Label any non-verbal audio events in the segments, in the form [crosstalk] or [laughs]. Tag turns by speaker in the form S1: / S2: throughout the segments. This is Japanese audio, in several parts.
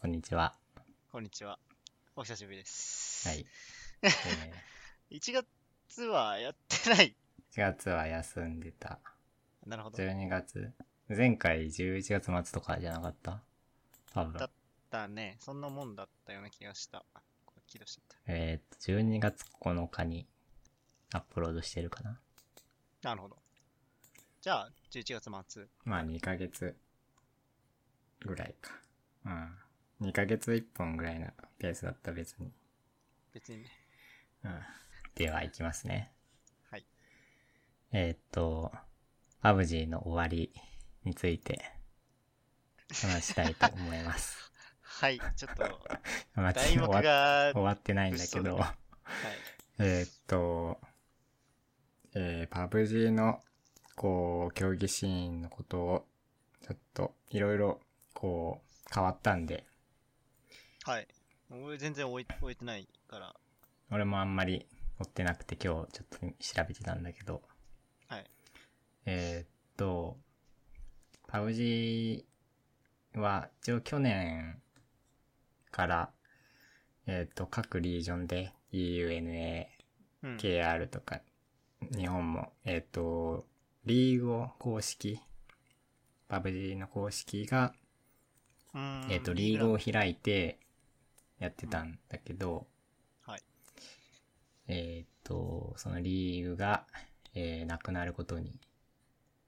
S1: こんにちは。
S2: こんにちは。お久しぶりです。 [laughs]
S1: はい。。えー、
S2: 1月はやってない。 [laughs]
S1: 1月は休んでた。
S2: なるほど。だっ
S1: 12月。前回11月末とかじゃなかった多分
S2: だ。たね。そんなもんだったような気がした。これ起動しちゃっ
S1: えー、っと、12月9日にアップロードしてるかな。
S2: た。なるほど。じゃあ、11月末。
S1: まあ2ヶ月ぐらいか。うん。2ヶ月1本ぐらいなペースだった別に。
S2: 別にね。
S1: うんでは、いきますね。
S2: はい。
S1: えーっと、パブジーの終わりについて話したいと思い
S2: [laughs]
S1: ます。
S2: はい。ちょっと、
S1: [laughs] まあ
S2: 題目
S1: 終わっ
S2: が、
S1: 終わってないんだけ
S2: 物騒
S1: ど
S2: だ、はい。
S1: えーっと、えー、パブジーの、こう、競技シーンのことを、ちょっと、いろいろ、こう、変わったんで、
S2: はい。俺全然追い追えてないから。
S1: 俺もあんまり追ってなくて今日ちょっと調べてたんだけど。
S2: はい。
S1: えーっと、パブジーは一応去年から、えーっと、各リージョンで EUNA、
S2: うん。
S1: KR とか、日本も、えーっと、リーグを公式、パブジーの公式が
S2: うん
S1: えっ、と、リーグを開いてやってたんだけど、
S2: うんはい。
S1: えっ、と、そのリーグが、えーなくなることに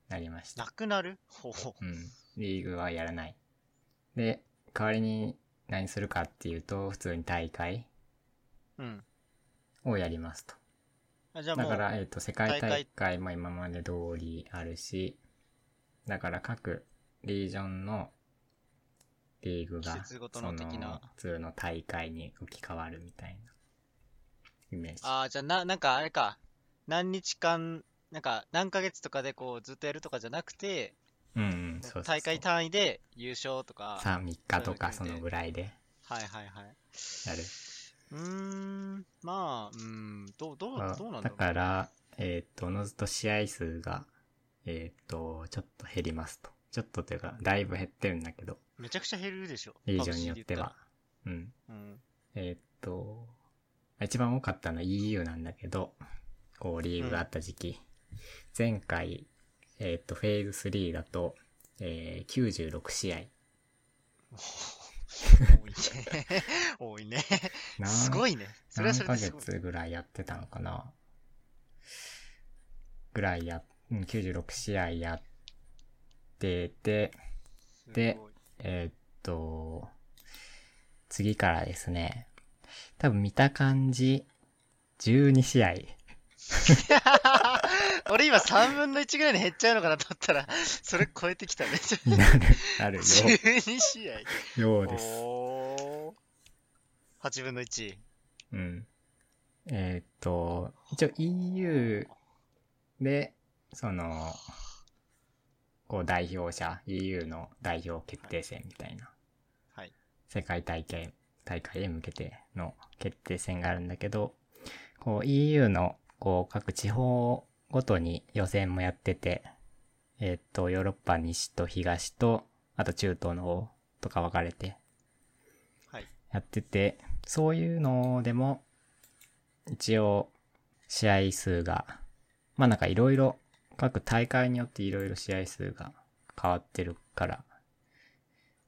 S1: なりまし
S2: な
S1: た。
S2: くなるほうほ
S1: う
S2: う。
S1: ん。リーグはやらない。で、代わりに何するかっていうと、普通に大会
S2: うん。
S1: をやりますと。
S2: あじゃあも
S1: だ
S2: う、
S1: から、えっ、と、世界
S2: 大
S1: 大会も今まで通りあるし、だから各リージョンのリーグが、
S2: 季節ごとの
S1: そ
S2: 的な
S1: の普通の大会に置き換わるみたいなイメージ。
S2: ああ、じゃあな、なんかあれか。何日間、なんか何ヶ月とかでこうずっとやるとかじゃなくて、
S1: うんうん、そうそうそう
S2: 大会単位で優勝とか。
S1: さあ、3日とかそ
S2: そういうの決めて
S1: のぐらいで
S2: はいはいはい。
S1: やる。
S2: うーん、まあ、うーん、どう、どう、
S1: まあ
S2: どうなん
S1: だ
S2: だろう。
S1: から、えっ、と、おのずと試合数が、えっ、と、ちょっと減りますと。ちょっとというか、だいぶ減ってるんだけど、
S2: めちゃくちゃ減るでしょ。
S1: リージョン
S2: PUBG
S1: によっ
S2: で
S1: て
S2: 言
S1: は。うん。
S2: たら。うん。
S1: えーっと、一番多かったのは EU なんだけど、こうリーグがあった時期。前回、えーっと、フェーズ3だと、えー96試合。
S2: 多いね。多いね。
S1: な
S2: すごいね。それはそれで
S1: 何
S2: す
S1: ヶ
S2: ごい。
S1: 月ぐらいやってたのかなぐらいや、うん96試合やってて、です
S2: ごい
S1: えーっと、次からですね、多分見た感じ、12試合。
S2: 俺今3分の1ぐらいに減っちゃうのかなと思ったら、それ超えてきたね。
S1: に
S2: [laughs]
S1: なる、なるよ。
S2: 12試合。
S1: ようです。
S2: おー。8分の1。
S1: うん。えーっと、一応 EU で、その、こう代表者、EU の代表決定戦みたいな、
S2: はい。
S1: 世界大会、大会へ向けての決定戦があるんだけど、こう EU の、こう各地方ごとに予選もやってて、えーっと、ヨーロッパ西と東と、あと中東の方とか分かれて、
S2: はい。
S1: やってて、そういうのでも、一応、試合数が、まあなんかいろいろ、各大会によっていろいろ試合数が変わってるから、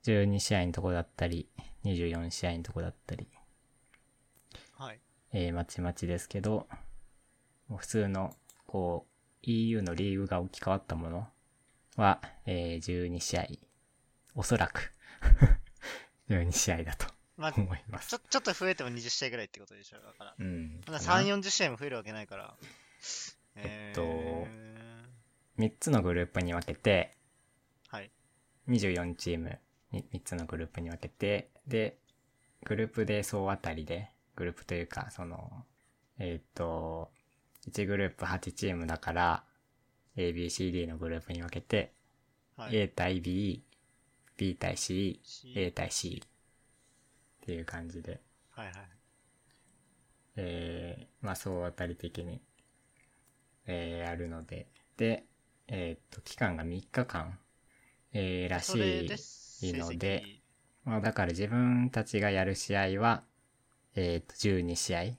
S1: 12試合のとこだったり、24試合のとこだったり、
S2: はい。
S1: えー、まちまちですけど、もう普通の、こう、EU のリーグが置き換わったものは、えー、12試合、おそらく、12試合だと
S2: まあ、ち
S1: 思います。
S2: ょ、ちょっと増えても20試合ぐらいってことでしょ。だから。
S1: うん。
S2: まだ3、40試合も増えるわけないから。え
S1: っと
S2: ー
S1: 3つのグループに分けて、
S2: はい。
S1: 24チームに3つのグループに分けて、で、グループで総当たりで、グループというか、その、えーっと、1グループ8チームだから、ABCD のグループに分けて、
S2: はい。
S1: A 対 B、B 対 C、
S2: し
S1: A 対 C っていう感じで、
S2: はいはい。
S1: えー、まあ、総当たり的に、えー、あるので、で、えーっと、期間が3日間、えー、ら
S2: それ
S1: しい
S2: で、す
S1: いいので
S2: 成績
S1: まあ、だから自分たちがやる試合は、えっ、と、12試合。
S2: ま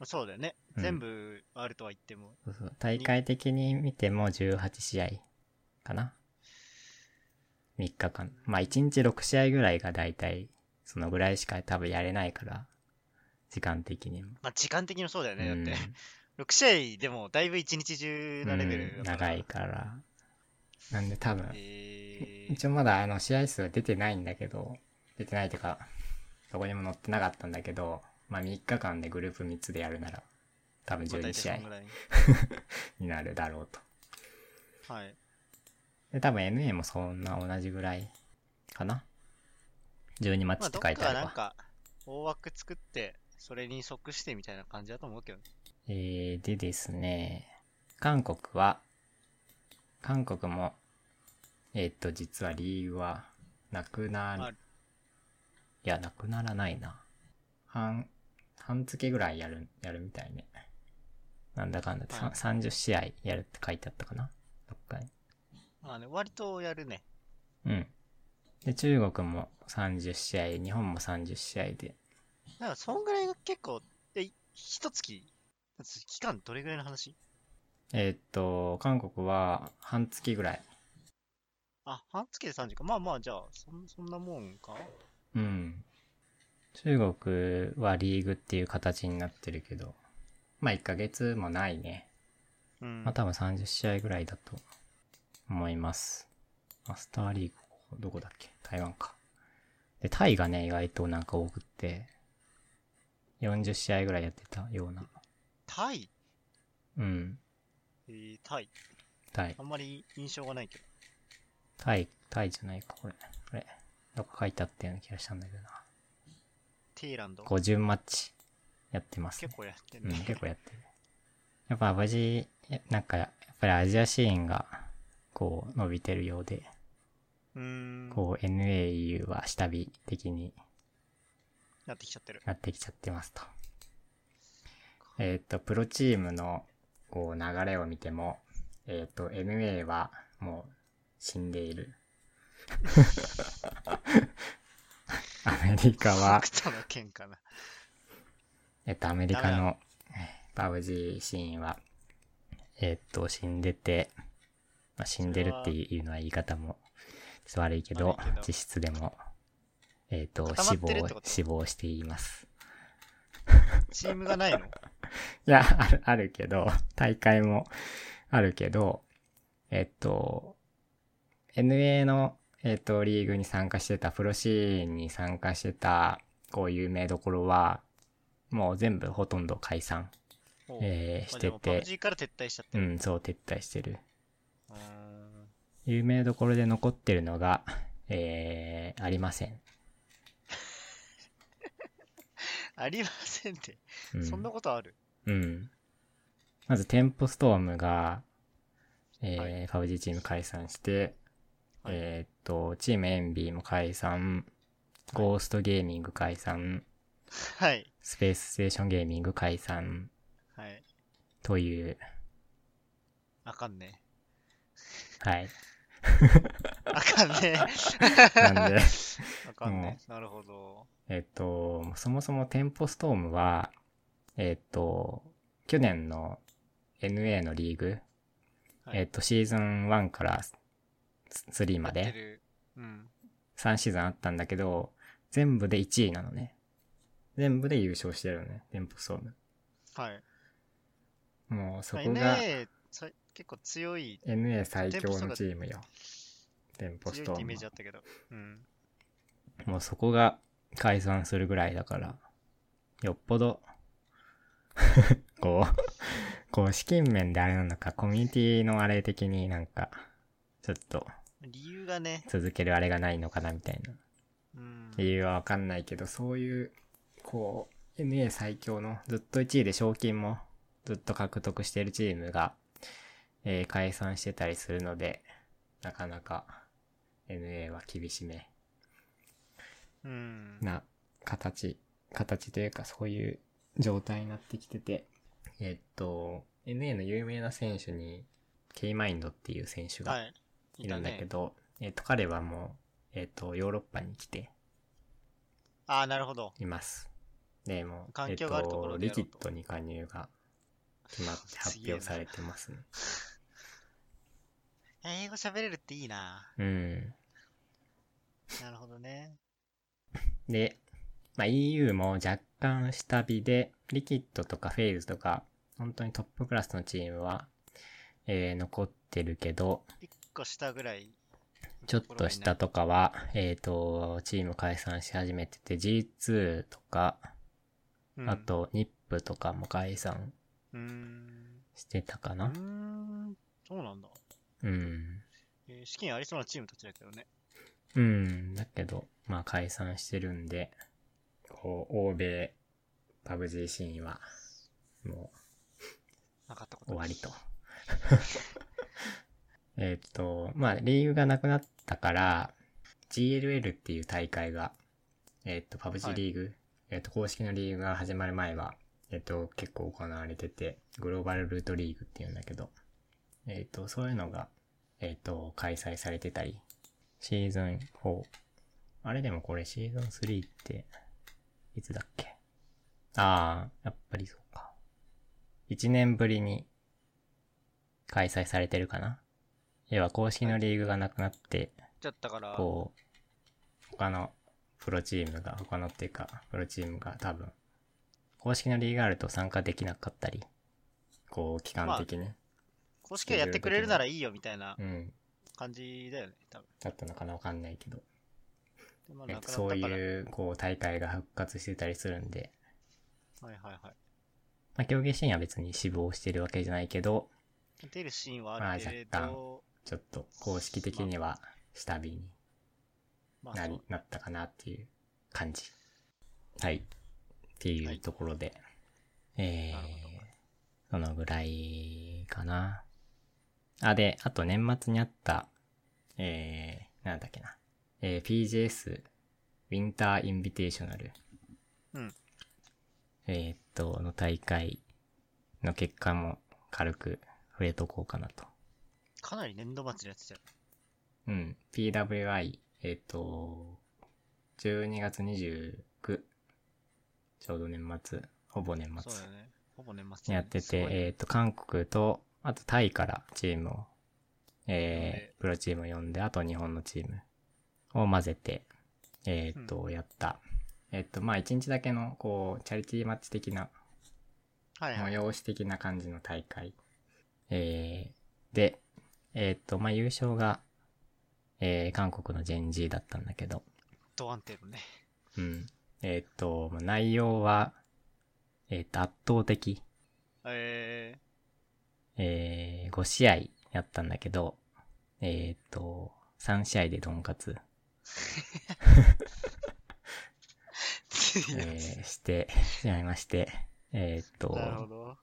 S2: あそうだよね。
S1: うん
S2: 全部あるとは言っても。
S1: そうそう大会的に見ても18試合かな。3日間。まあ1日6試合ぐらいが大体、そのぐらいしか多分やれないから、時間的にも。
S2: まあ、時間的にもそうだよね。だ
S1: うん
S2: って、6試合でもだいぶ一日 [laughs] 中なレベ
S1: う
S2: ル
S1: ん
S2: だから
S1: 長い。から。なんで多分、
S2: えー
S1: 一応まだあの試合数は出てないんだけど、出てないというか、どこにも載ってなかったんだけど、まあ3日間でグループ3つでやるなら、多分
S2: まあ大
S1: 12
S2: 体
S1: 試
S2: そ
S1: 合
S2: んぐらい
S1: になるだろうと。
S2: はい。
S1: で、多分 NA もそんな同じぐらいかな。12マッ
S2: ま
S1: チ
S2: あ、
S1: って
S2: ど
S1: 書
S2: っか
S1: いてあ
S2: が
S1: る
S2: なん
S1: わ。
S2: か、大枠作って、それに即してみたいな感じだと思うけどね。
S1: えー、でですね、韓国は、韓国も、えーっと、実は理由は、なくな
S2: あ
S1: る、いや、なくならないな。半、半月ぐらいやる、やるみたいね。なんだかんだで、さ
S2: はい
S1: 30試合やるって書いてあったかなどっかに。
S2: まあね、割とやるね。
S1: うん。で、中国も30試合、日本も30試合で、
S2: だから、そんぐらいが結構、え、い一月期間どれぐらいの話
S1: えーっと、韓国は半月ぐらい。
S2: あ、半月で30か。まあまあ、じゃあ、そんそんなもんか。
S1: うん。中国はリーグっていう形になってるけど、まあ1ヶ月もないね。
S2: うん。
S1: まあ多分30試合ぐらいだと思います。マスターリーグ、ここどこだっけ台湾か。で、タイがね、意外となんか多くって、40試合ぐらいやってたような。
S2: タイ
S1: うん。
S2: えー、タイ。
S1: タイ
S2: あ。んまり印象がないけど。
S1: タイ、タイじゃないか、これ。これ。どっか書いてあったような気がしたんだけどな。
S2: テイランド。
S1: 50マッチやってます、ね
S2: 結。構やって
S1: うんん、
S2: ね。
S1: 結構やってる。やっぱ無事、えなんか、やっぱりアジアシーンが、こう、伸びてるようで、
S2: うーん。
S1: こう、NAU は下火的に
S2: なってきちゃってる。
S1: なってきちゃってますと。えっ、と、プロチームの、こう、流れを見ても、えっ、と、NA は、もう、死んでい [laughs] る。アメリカは、
S2: 北の県かな。
S1: えっと、アメリカ
S2: ダメ
S1: のバブジーシーンは、えっと、死んでて、まあ、死んでるっていうのは言い方も、ちょっと悪いけど
S2: 悪いけど、
S1: 実質でも、えっと、
S2: 固ま
S1: 死
S2: ってるって
S1: 亡
S2: こ、と
S1: 死亡しています。
S2: チームがないの
S1: いや、ある、あるけど、大会もあるけど、えっと、NA の、えっと、リーグに参加してた、プロシーンに参加してた、こう有名どころは、もう全部ほとんど解散、
S2: おう
S1: えー
S2: ま
S1: し
S2: あ、で
S1: て
S2: もパブ
S1: て、
S2: G から撤退しちゃって
S1: う
S2: る。
S1: ん、そう、撤退してる。
S2: うーん
S1: 有名どころで残ってるのが、えー、ありません。
S2: ありませんって。
S1: うん、
S2: そんなことある
S1: うん。まず、テンポストームが、えー
S2: は
S1: ファブジーチーム解散して、
S2: はい
S1: えーっと、チームエンビーも解散、ゴーストゲーミング解散、
S2: はい。
S1: スペースステーションゲーミング解散
S2: はい。
S1: という、
S2: あかんね。
S1: はい。
S2: あかんね。
S1: なんで、
S2: あかんね。なるほど。
S1: えっと、そもそもテンポストームは、えっと、去年の NA のリーグ、
S2: はい
S1: えっと、シーズン1から3ま
S2: やって
S1: で、
S2: る。うん。
S1: 3シーズンあったんだけど、全部で1位なのね。全部で優勝してるのね、テンポストーム。
S2: はい。
S1: もうそこが
S2: NA、さ結構強い、
S1: NA 最強のチームよ。テンポ
S2: 強い
S1: ス
S2: っ
S1: ト
S2: て
S1: ー
S2: イ
S1: ム
S2: メージあ
S1: は
S2: ったけど。うん。
S1: もうそこが解散するぐらいだから、よっぽど、こう、こう資金面であれなのか、コミュニティのあれ的になんか、ちょっと
S2: 理由がね。
S1: 続けるあれがないのかなみたいな
S2: うん。
S1: 理由はわかんないけど、そういう、こう、NA 最強のずっと1位で賞金もずっと獲得してるチームが、えー解散してたりするので、なかなか NA は厳しめ
S2: うん。
S1: な形、形というかそういう状態になってきてて、えっと、NA の有名な選手に、ケイマインドっていう選手
S2: は
S1: が
S2: い。
S1: いるんだけど、えっと、彼はもう、えっと、ヨーロッパに来て、
S2: ああ、なるほど。
S1: います。でもう、
S2: 環境があるところで
S1: えっ
S2: や
S1: と、
S2: ろう
S1: リ
S2: と
S1: キッドに加入が決まって発表されてますね。
S2: 英語喋れるっていいな。
S1: うん。
S2: なるほどね。
S1: で、まあ、EU も若干下火で、リキッドとかフェイルズとか、本当にトップクラスのチームは、えー残ってるけど、
S2: 一個下ぐらい。
S1: ちょっと下とかは、えっ、と、チーム解散し始めてて、G2 とか、
S2: うん。
S1: あと、ニップとかも解散
S2: うーん。
S1: してたか
S2: うー
S1: な。
S2: ん。そうなんだ。
S1: うん。
S2: えー資金ありそうなチームたちだけどね。
S1: うん。だけど、まあ解散してるんで、こう、欧米、パブ G シーンは、も
S2: なかったこ
S1: う終
S2: と
S1: わりと。 [laughs] えっと、まあ、リーグがなくなったから、GLL っていう大会が、えっと、パブ G
S2: はい
S1: リーグ、えっと、公式のリーグが始まる前は、えっと、結構行われてて、グローバルルートリーグっていうんだけど、えっと、そういうのが、えっと、開催されてたり、シーズン4。あれでもこれシーズン3って、いつだっけああ、やっぱりそうか。1年ぶりに開催されてるかな要は公式のリーグがなくなって、
S2: ちゃったから、
S1: こう、他のプロチームが、他のっていうか、プロチームが多分、公式のリーグあると参加できなかったり、こう、期間的に、
S2: 公式がやってくれるならいいよみたいな
S1: うん、
S2: 感じだよね、多分。
S1: だったのかなわかんないけど、
S2: でまあ
S1: えっ
S2: なく
S1: と
S2: なった
S1: そう
S2: からはい
S1: いう、こう、大会が復活してたりするんで、
S2: はいはい。
S1: まあ、競技シーンは別に死亡してるわけじゃないけど、
S2: 出るシーンはあるけれ
S1: まあ
S2: ど、
S1: ちょっと公式的には下火に
S2: まあ、
S1: な
S2: そ
S1: り
S2: う
S1: なったかなっていう感じ。はい。っていうところで、え
S2: なるほど
S1: ー、そのぐらいかな。あ、で、あと年末にあった、えー、なんだっけな。えー、PJS、ウィンターインビテーショナル。
S2: うん。
S1: えーっと、の大会の結果も軽く触れとこうかなと。
S2: かなり年度末のやつじゃん。
S1: うん。PWI、えっ、と、12月29、ちょうど年末、ほぼ年
S2: そうだ
S1: 末
S2: よね。ほぼ年末
S1: に
S2: だ
S1: や
S2: よ
S1: っ
S2: ね
S1: て
S2: すご
S1: て、
S2: いね
S1: えっ、と、韓国と、あとタイからチームを、え
S2: え
S1: ー、プロチームを呼んで、あと日本のチームを混ぜて、えっ、と、やった。えっ、と、まあ、1日だけの、こう、チャリティーマッチ的な
S2: はいはい。
S1: 催し的な感じの大会。えーで、えっ、と、まあ、優勝が、えー韓国のジェンジーだったんだけど、
S2: ドアンテのね。
S1: うん。えっ、と、まあ内容は、えっ、と、圧倒的。
S2: え
S1: えー5試合やったんだけど、えっ、と、3試合でドン勝つ、[laughs]
S2: ー、
S1: え
S2: [laughs]
S1: ーしてしまいまして、えっ、と、
S2: なるほど。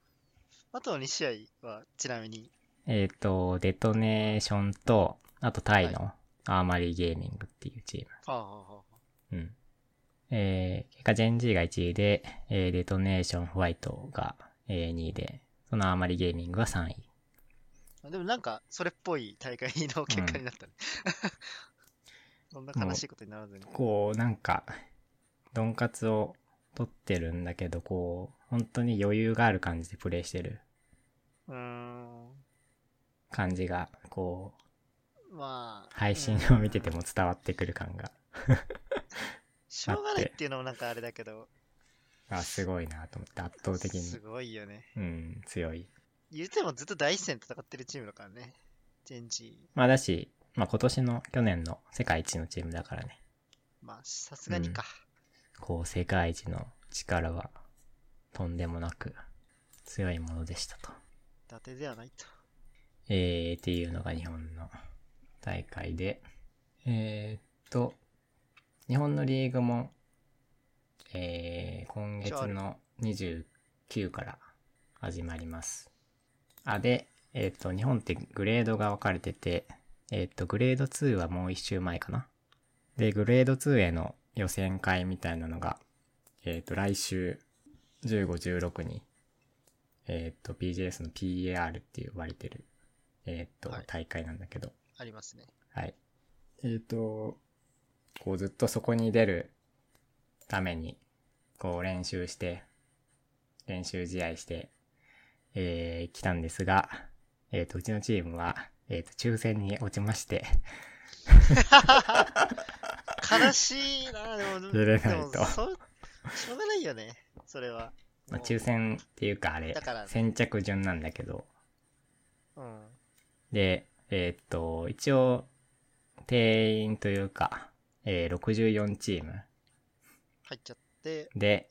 S2: あとの2試合は、ちなみに、
S1: えっ、と、デトネーションと、あとタイのアーマリーゲーミングっていうチーム。
S2: ああ、あ
S1: うん。えー、結果、ジェンジーが1位で、えー、デトネーションホワイトが、えー、2位で、そのあまりゲーミングが3位。
S2: あでもなんか、それっぽい大会の結果になったね。そんな悲し [laughs] いことにならずに。
S1: こう、なんか、ドンカツを取ってるんだけど、こう、本当に余裕がある感じでプレイしてる
S2: うーん。
S1: 感じが、こう、
S2: まあ、
S1: 配信を見てても伝わってくる感が、
S2: しょうがないっていうのもなんかあれだけど、
S1: あ、すごいなと思って、圧倒的に
S2: す、ごいよね。
S1: うん、強い。
S2: 言うてもずっと第一線戦ってるチームだからね。チェンジ、
S1: まあ、だし、まあ、今年の、去年の世界一のチームだからね。
S2: まあ、さすがにか。
S1: こう世界一の力はとんでもなく強いものでしたと。
S2: 伊達ではないと。
S1: えー、っていうのが日本の大会で。えー、っと、日本のリーグも、えー、今月の29から始まります。あ、で、えー、っと、日本ってグレードが分かれてて、えー、っと、グレード2はもう一周前かな。で、グレード2への予選会みたいなのが、えー、っと、来週15、16に、えー、っと、PJS の PAR って呼ばれてる、えー、っと、
S2: はい
S1: 大会なんだけど、
S2: ありますね。
S1: はい。えっ、と、こうずっとそこに出るために、こう練習して、練習試合して、えー、来たんですが、えっ、と、うちのチームは、えっ、と、抽選に落ちまして、
S2: 悲しいな、
S1: [laughs]
S2: でも、
S1: 出れないと
S2: でもそうしょうがないよね、それは。
S1: まあ、
S2: もう
S1: 抽。選っていうかあれ
S2: だから、ね
S1: 先着順なんだけど、
S2: うん。
S1: で、えーっと、一応、定員というか、えー64チーム
S2: 入っちゃって、
S1: で、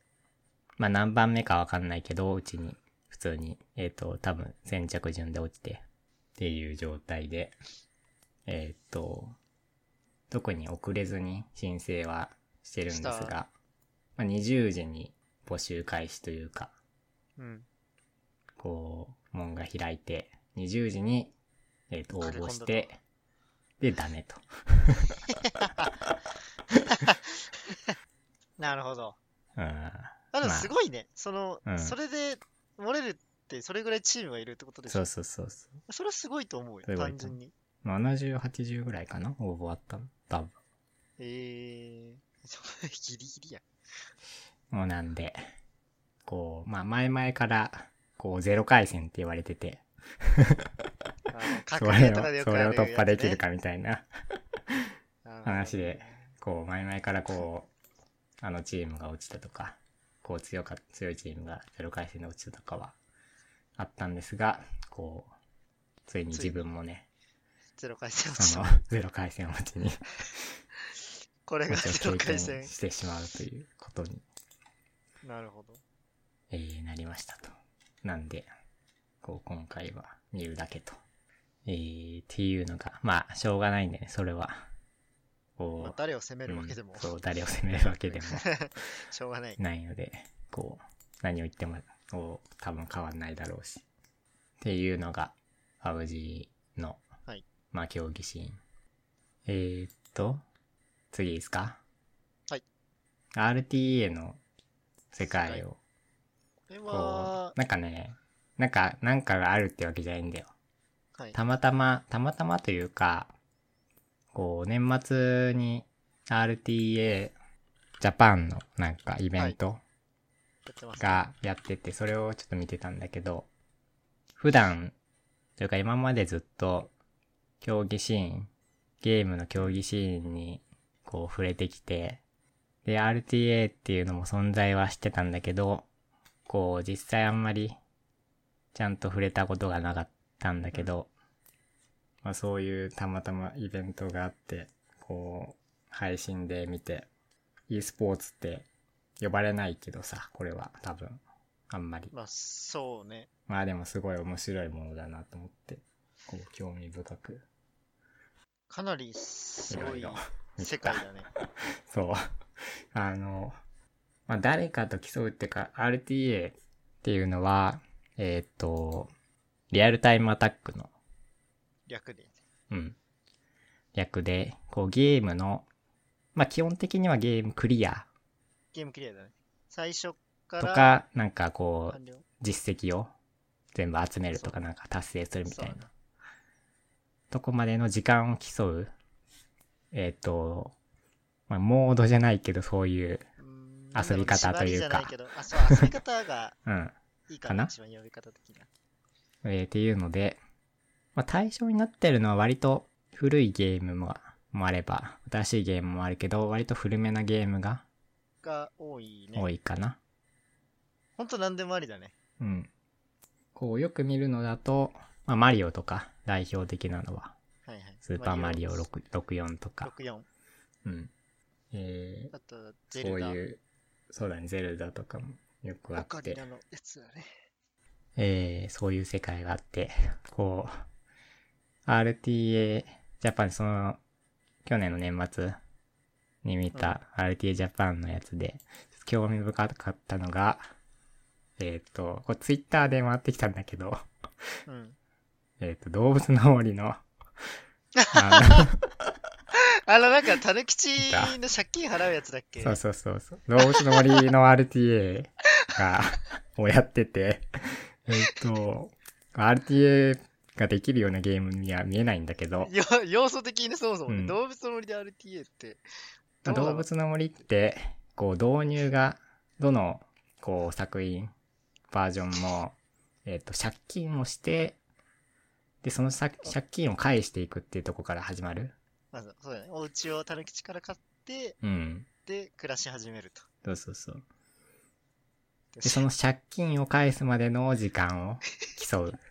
S1: まあ何番目かわかんないけど、うちに、普通に、えーっと、多分先着順で落ちて、っていう状態で、えーっと、特に遅れずに申請はしてるんです
S2: した
S1: が、まあ、20時に募集開始というか、
S2: うん。
S1: こう、門が開いて、20時に、えっ、と、応
S2: 駆け込
S1: 募
S2: んだ
S1: して、で、ダメと。
S2: なるほど。
S1: うん。
S2: あ、でも
S1: まあ
S2: すごいね。その、
S1: うん
S2: それで、漏れるって、それぐらいチームがいるってことでし
S1: そ
S2: ょ
S1: うそうそうそ
S2: それはすごいと思う
S1: すごい
S2: よ、
S1: と思う
S2: 単純に。
S1: う。70、80ぐらいかな応募あったの多分。
S2: えー、 [laughs] そギリギリや。
S1: もうなんで、こう、まあ、前々から、こう、ゼロ回戦って言われてて、
S2: あの
S1: そ
S2: 格
S1: れ
S2: ゲー
S1: を、
S2: とかでよく
S1: そ
S2: あ
S1: れを
S2: るやつね
S1: 突破できるかみたいな。
S2: あの
S1: 話でこう前々からこうあのチームが落ちたとかこう強か強いチームが0回戦で落ちたとかはあったんですがこうついに自分もね
S2: ゼロ回戦落ち
S1: そ
S2: [laughs] た
S1: の0回戦落
S2: [laughs]
S1: ちに
S2: これが
S1: 落ち
S2: ゼ
S1: を
S2: ロ
S1: 経験
S2: 回戦。
S1: してしまうということに、
S2: なるほど。
S1: [laughs] えーなりましたと。なんでこう今回は見るだけと。えーっていうのがまあしょうがないんでねそれは。こう
S2: まあ、誰を責めるわけでも
S1: うん、そう誰を責めるわけでも
S2: しょうがない。
S1: ないので、こう、何を言っても、こう多分変わんないだろうし。っていうのが、アウジの、
S2: はい
S1: まあ、競技シーン。えー、っと、次ですか
S2: はい。
S1: RTA の世界を、
S2: これ
S1: こう、、
S2: は
S1: なんかね、なんか、なんかがあるってわけじゃないんだよ。
S2: はい。
S1: たまたま、たまたまというか、こう、年末に RTA ジャパンのなんかイベント、
S2: やってます。
S1: がやってて、それをちょっと見てたんだけど、普段、というか今までずっと、競技シーン、ゲームの競技シーンに、こう触れてきて、で、RTA っていうのも存在はしてたんだけど、こう、実際あんまり、ちゃんと触れたことがなかったんだけど、まあそういうたまたまイベントがあって、こう、配信で見て、e スポーツって呼ばれないけどさ、これは多分、あんまり。
S2: まあ、そうね。
S1: まあでもすごい面白いものだなと思って、こう興味深く、
S2: かなりす
S1: い
S2: ご
S1: ろい
S2: い
S1: ろ。
S2: 世界だね。
S1: そう。 [laughs] あの、まあ誰かと競うっていうか、RTA っていうのは、えーっと、リアルタイムアタックの
S2: 略で。
S1: うん。略で、こうゲームの、まあ基本的にはゲームクリア
S2: ゲームクリアだね。最初か
S1: と
S2: ら
S1: か、なんかこう
S2: 完、了。
S1: 実績を全部集めるとかなんか達成するみたい
S2: そう
S1: な。とこまでの時間を競う、えっ、と、まあ、モードじゃないけどそういう、
S2: うーん
S1: 遊び方というか
S2: なんだろね縛りじゃないけどあ、そう、遊び方が
S1: うん、
S2: いいか
S1: かな
S2: な、一番呼び方的な。
S1: えーっていうので、まあ、対象になってるのは割と古いゲームももあれば、新しいゲームもあるけど、割と古めなゲームが
S2: が多いね。
S1: 多いかな。
S2: ほんと何でもありだね。
S1: うん。こう、よく見るのだと、まあ、マリオとか、代表的なのは、
S2: はいはい。
S1: スーパーマリオ
S2: 六
S1: 6 64とか、
S2: 64。
S1: うん。え
S2: あと、
S1: ー、
S2: ゼ
S1: こ
S2: ル
S1: う
S2: ダ。
S1: いう、そうだね、ゼルダとかもよくあ
S2: オ
S1: っ
S2: カリ
S1: て
S2: ナ、のやつだね。
S1: えー、そういう世界があって、 [laughs] こう、RTA ジャパン、その、去年の年末に見た RTA ジャパンのやつで、興味深かったのが、えっ、と、これツイッターで回ってきたんだけど、
S2: うん。
S1: えっ、と、動物の森の、あ
S2: [laughs] あの、なんか、タヌキチ
S1: いた
S2: の借金払うやつだっけ
S1: のそうそうそうそう、動物の森の RTA が、 [laughs] をやってて、えっ、と、RTA ができるようなゲームには見えないんだけど、
S2: よ [laughs] 要素的にそもそもね、
S1: うん
S2: 動物の森で RTA って、
S1: 動物の森って、こう導入がどのこう作品バージョンも、えっと借金をしてでそのさ借金を返していくっていうとこから始まる
S2: まず、そうだね。お家をたぬきちから買って、
S1: うん
S2: で、暮らし始めると。
S1: そうそうそうでその借金を返すまでの時間を競う
S2: [laughs]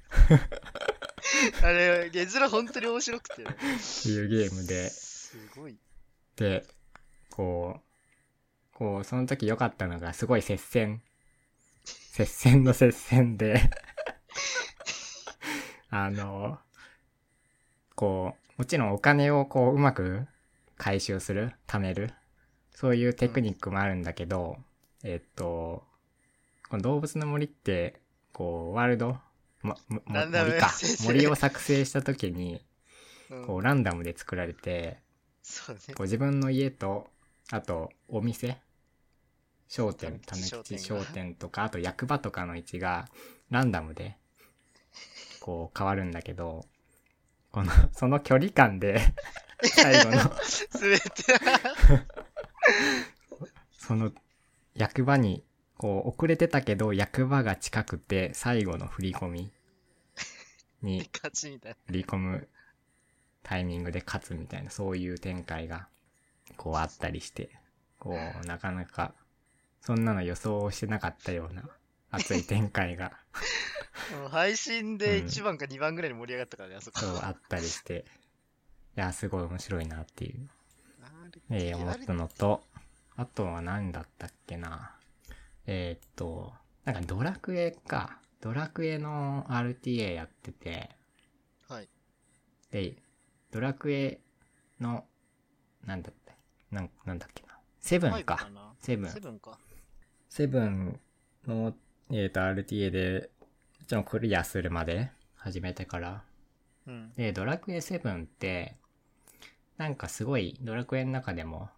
S2: あれ、絵面本当に面白くて、ね。
S1: っていうゲームです
S2: ごい。
S1: で、こう、こう、その時良かったのが、すごい接戦。接戦の接戦で、 [laughs] あの、こう、もちろんお金をこう、うまく回収する、貯める、そういうテクニックもあるんだけど、えっと、この動物の森って、こう、ワールド、ももも
S2: ランダム
S1: 森か
S2: 生。成
S1: 森を作成した時に、
S2: うん
S1: こう、ランダムで作られて、
S2: そうね
S1: こ。う自分の家とあとお店商店た
S2: た
S1: ぬ
S2: ぬ
S1: き
S2: き
S1: ち
S2: 商
S1: 商
S2: 店が
S1: 店とかあと役場とかの位置がランダムでこう変わるんだけどこの [laughs] その距離感で最後
S2: [laughs]
S1: の
S2: すべて。
S1: その役場にこう遅れてたけど役場が近くて最後の振り込みに
S2: 勝ちみたいな。
S1: 振り込むタイミングで勝つみたいな、そういう展開が、こうあったりして、こう、なかなか、そんなの予想してなかったような熱い展開が、
S2: もう配信で
S1: うん
S2: 1番か2番ぐらいに盛り上がったからね、あそこ。
S1: そうあったりして、いや、すごい面白いなっていう、
S2: あれ
S1: えー思っ
S2: あれ
S1: たのと、あとは何だったっけな。えーっと、なんかドラクエか。ドラクエの RTA やってて、
S2: はい。
S1: で、ドラクエの、なんだったなんなんだっけな。セブン
S2: ファイブ
S1: か。
S2: な。
S1: セブ
S2: セ
S1: ン。
S2: ブンか。
S1: セブンの、えっ、と、RTA で、もちろんクリアするまで始めてから。
S2: うん。
S1: で、ドラクエセブンって、なんかすごい、ドラクエの中でも、